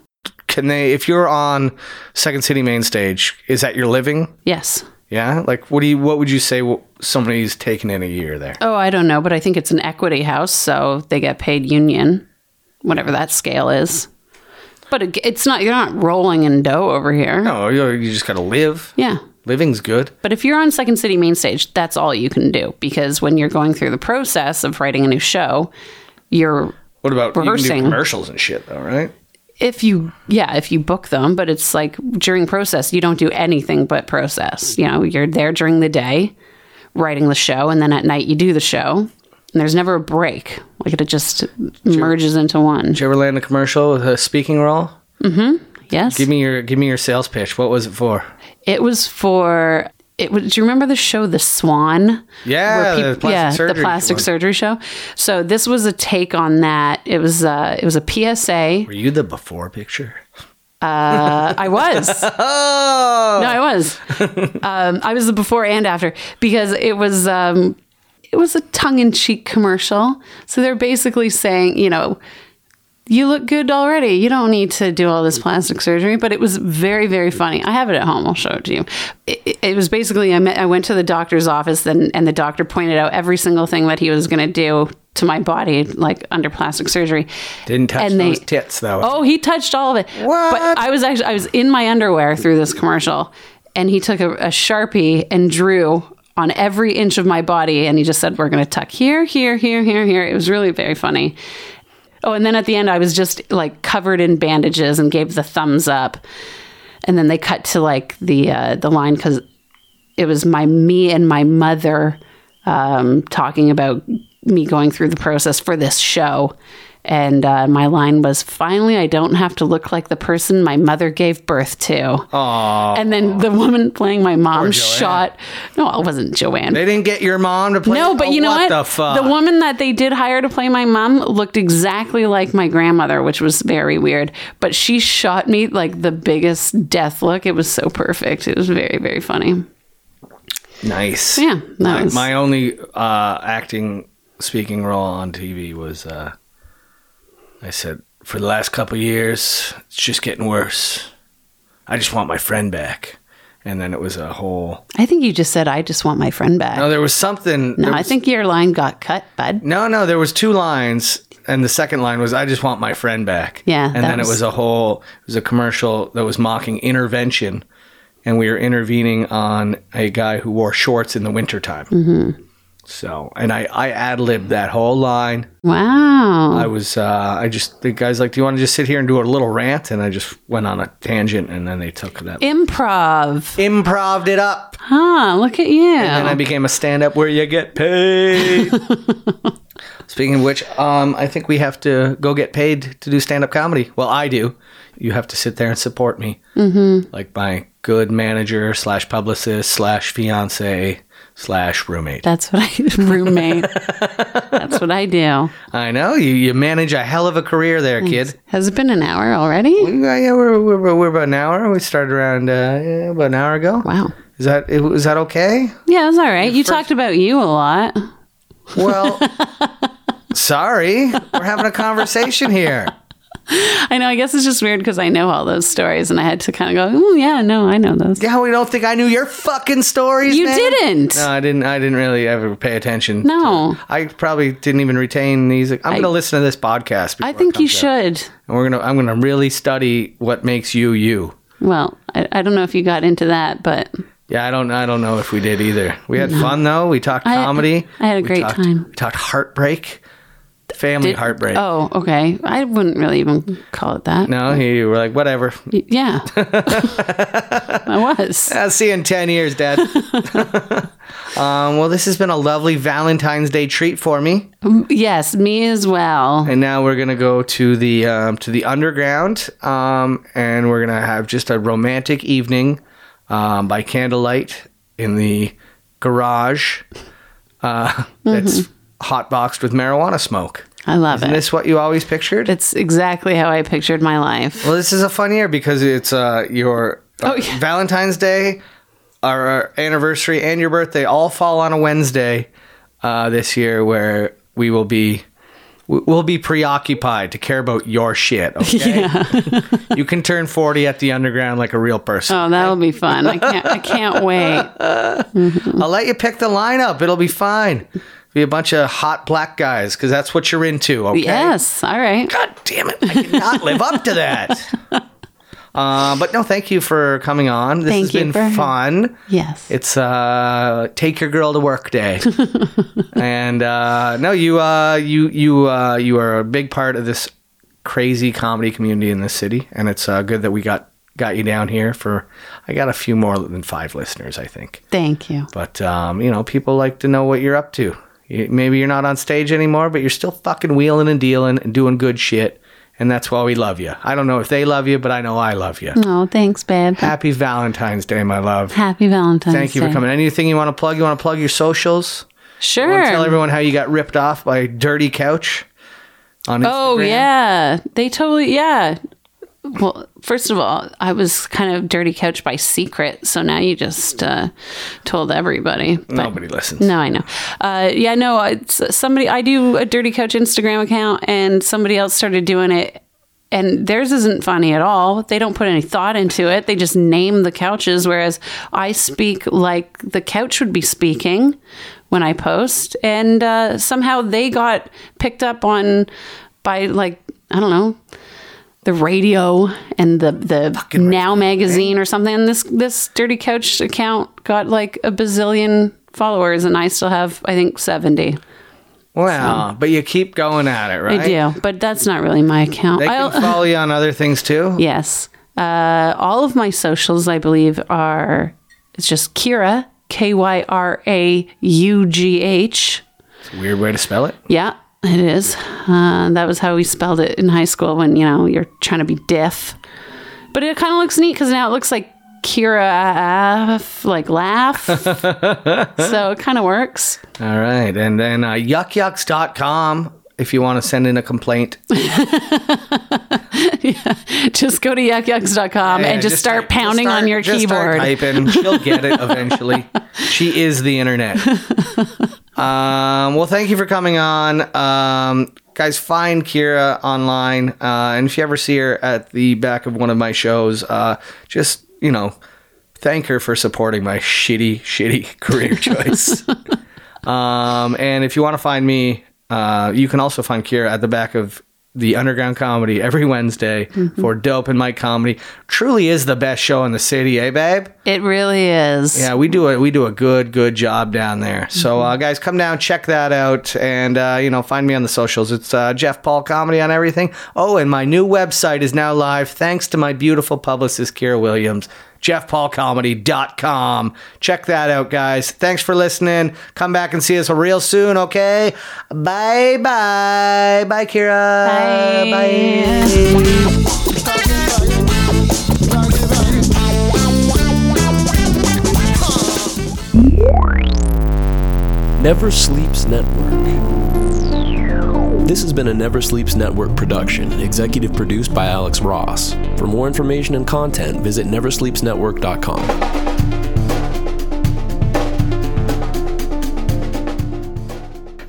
can they? If you're on Second City main stage, is that your living?
Yes.
Yeah. Like, what do you? What would you say? wh- Somebody's taking in a year there.
Oh, I don't know, but I think it's an equity house, so they get paid union, whatever that scale is. But it, it's not you're not rolling in dough over here.
No, you you just gotta live.
Yeah.
Living's good.
But if you're on Second City main stage, that's all you can do because when you're going through the process of writing a new show, you're
What about you can
Rehearsing.
do commercials and shit though, right?
if you yeah if you book them but it's like during process you don't do anything but process you know you're there during the day writing the show and then at night you do the show and there's never a break like it just merges into one
Did you ever land a commercial with a speaking role?
yes
Give me your give me your sales pitch. What was it for?
it was for it was, do you remember the show The Swan?
Yeah,
Where
the plastic
the
surgery
plastic
one.
surgery show. So this was a take on that. It was uh, it was a PSA.
Were you the before picture?
Uh, I was.
Oh,
No, I was. um, I was the before and after because it was um, it was a tongue in cheek commercial. So they're basically saying, you know, you look good already. You don't need to do all this plastic surgery. But it was very, very funny. I have it at home. I'll show it to you. It, it- it was basically I, met, I went to the doctor's office and, and the doctor pointed out every single thing that he was going to do to my body, like under plastic surgery.
didn't touch
and
those
they-
tits though.
Oh, he touched all of it.
What?
But I was actually I was in my underwear through this commercial, and he took a, a sharpie and drew on every inch of my body, and he just said, "We're going to tuck here, here, here, here, here." It was really very funny. Oh, and then at the end, I was just like covered in bandages and gave the thumbs up, and then they cut to like the uh, the line because it was my me and my mother um, talking about me going through the process for this show and uh, my line was finally i don't have to look like the person my mother gave birth to and then the woman playing my mom
Joanne.
shot no it wasn't joanne
They didn't get your mom to play.
no, but
Oh,
you know what?
The fuck?
woman that they did hire to play my mom looked exactly like my grandmother, which was very weird. But she shot me like the biggest death look. It was so perfect. It was very, very funny.
nice.
Yeah, that
My,
was-
my only uh, acting speaking role on TV was uh, I said for the last couple years it's just getting worse. I just want my friend back. And then it was a whole.
I think you just said, I just want my friend back.
No, there was something.
no,
there
I
was-
think your line got cut, bud.
No, no, there was two lines, and the second line was "I just want my friend back."
Yeah,
and
that
then
was-
it was a whole it was a commercial that was mocking intervention, and we were intervening on a guy who wore shorts in the wintertime. Mm-hmm. So, and I I ad libbed that whole line.
Wow.
I was uh, I just the guys like, "Do you want to just sit here and do a little rant?" And I just went on a tangent, and then they took that.
Improv.
Improved it up,
Huh, look at you.
and I became a stand-up where you get paid. Speaking of which, um, I think we have to go get paid to do stand up comedy. Well, I do. You have to sit there and support me, mm-hmm. like my good manager slash publicist slash fiance slash roommate.
That's what I roommate. That's what I do.
I know you. You manage a hell of a career there, kid.
Has it been an hour already?
Yeah, yeah, we're, we're, we're about an hour. We started around uh, yeah, about an hour ago.
Wow.
Is that is that okay?
Yeah, it's all right. You talked about you a lot.
Well, sorry, we're having a conversation here.
I know. I guess it's just weird because I know all those stories, and I had to kind of go, "Oh yeah, no, I know those."
Yeah, we don't think I knew your fucking stories.
you
man.
didn't.
No, I didn't. I didn't really ever pay attention.
No.
to- I probably didn't even retain these. I'm going to listen to this podcast. before
I
it
think you
comes out.
should.
And we're gonna. I'm going to really study what makes you you.
Well, I, I don't know if you got into that, but
Yeah, I don't. I don't know if we did either. We had fun though. We talked
I-
comedy.
I had a
We
great
talked-
time.
We talked heartbreak, family
Did-
heartbreak.
Oh, okay. I wouldn't really even call it that.
No, you were like whatever.
Y- Yeah, I was.
I'll see you in 10 years, Dad. um, well, this has been a lovely Valentine's Day treat for me.
Yes, me as well.
And now we're gonna go to the um, to the underground, um, and we're gonna have just a romantic evening um, by candlelight in the garage uh, that's hot boxed with marijuana smoke.
I love
Isn't
it.
this what you always pictured?
It's exactly how I pictured my life.
well, this is a fun year because it's uh, your uh,
Oh, yeah.
Valentine's Day, our, our anniversary, and your birthday all fall on a Wednesday uh, this year, where we will be we- we'll be preoccupied to care about your shit. Okay, you can turn forty at the underground like a real person.
Oh, that'll be fun. I can't. I can't wait. Uh-huh.
I'll let you pick the lineup; it'll be fine. Be a bunch of hot black guys because that's what you're into. Okay.
Yes. All right.
God damn it! I cannot live up to that. Uh, but no, thank you for coming on. This
Thank
has
you
been
for-
fun.
Yes.
It's uh, take your girl to work day, and uh, no, you uh, you you uh, you are a big part of this crazy comedy community in this city, and it's uh, good that we got got you down here for. I got a few more than five listeners, I think,
Thank you.
but um, you know, people like to know what you're up to. You- Maybe you're not on stage anymore, but you're still fucking wheeling and dealing and doing good shit, and that's why we love you. I don't know if they love you, but I know I love you.
Oh, thanks, babe.
Happy Valentine's Day, my love.
Happy Valentine's
Thank you for
Day.
coming. Anything you want to plug? You want to plug your socials?
Sure.
Tell everyone how you got ripped off by Dirty Couch on Instagram.
Oh yeah, they totally yeah. Well, first of all, I was kind of dirty couch by secret, so now you just uh, told everybody. But-
Nobody listens.
no, I know. Uh, yeah, no, it's somebody. I do a dirty couch Instagram account, and somebody else started doing it. And theirs isn't funny at all. They don't put any thought into it. They just name the couches, whereas I speak like the couch would be speaking when I post. And uh, somehow they got picked up on by like I don't know the radio and the the Now magazine or something. And this this dirty couch account got like a bazillion followers, and I still have I think seventy.
Wow. But you keep going at it, right?
I do, but that's not really my account.
They
I'll-
can follow you on other things too.
yes, uh, all of my socials I believe are it's just Kira K Y R A U G H.
It's a weird way to spell it.
Yeah, it is. Uh, that was how we spelled it in high school when you know you're trying to be deaf. But it kind of looks neat because now it looks like Kira, F, like laugh. so it kind of works.
All right. And then uh, yuckyucks.com if you want to send in a complaint.
Just go to yuckyucks.com and just, start pounding
just start-
on your
just
keyboard.
Start typing. She'll get it eventually. she is the internet. Um, well, thank you for coming on. Um, guys, find Kira online. Uh, and if you ever see her at the back of one of my shows, uh, just, you know, thank her for supporting my shitty, shitty career choice. um, and if you want to find me, uh, you can also find Kira at the back of the Underground Comedy every Wednesday for Dope and Mike Comedy. Truly is the best show in the city, eh, babe?
It really is.
Yeah, we do a we do a good good job down there. So uh, guys, come down, check that out, and uh, you know find me on the socials. It's uh, Jeff Paul Comedy on everything. Oh, and my new website is now live thanks to my beautiful publicist Kira Williams. JeffPaulComedy.com. Check that out, guys. Thanks for listening. Come back and see us real soon, okay? Bye bye. Bye, Kira.
Bye.
bye.
Never Sleeps Network. This has been a Never Sleeps Network production, executive produced by Alex Ross. For more information and content, visit neversleepsnetwork.com.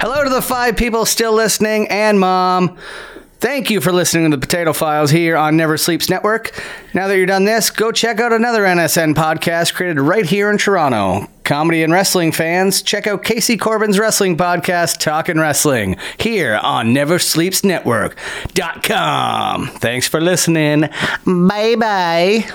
Hello to the five people still listening and mom. Thank you for listening to the Potato Files here on Never Sleeps Network. Now that you're done this, go check out another NSN podcast created right here in Toronto. Comedy and wrestling fans, check out Casey Corbin's wrestling podcast, Talkin' Wrestling, here on NeverSleepsNetwork.com. Thanks for listening. Bye bye.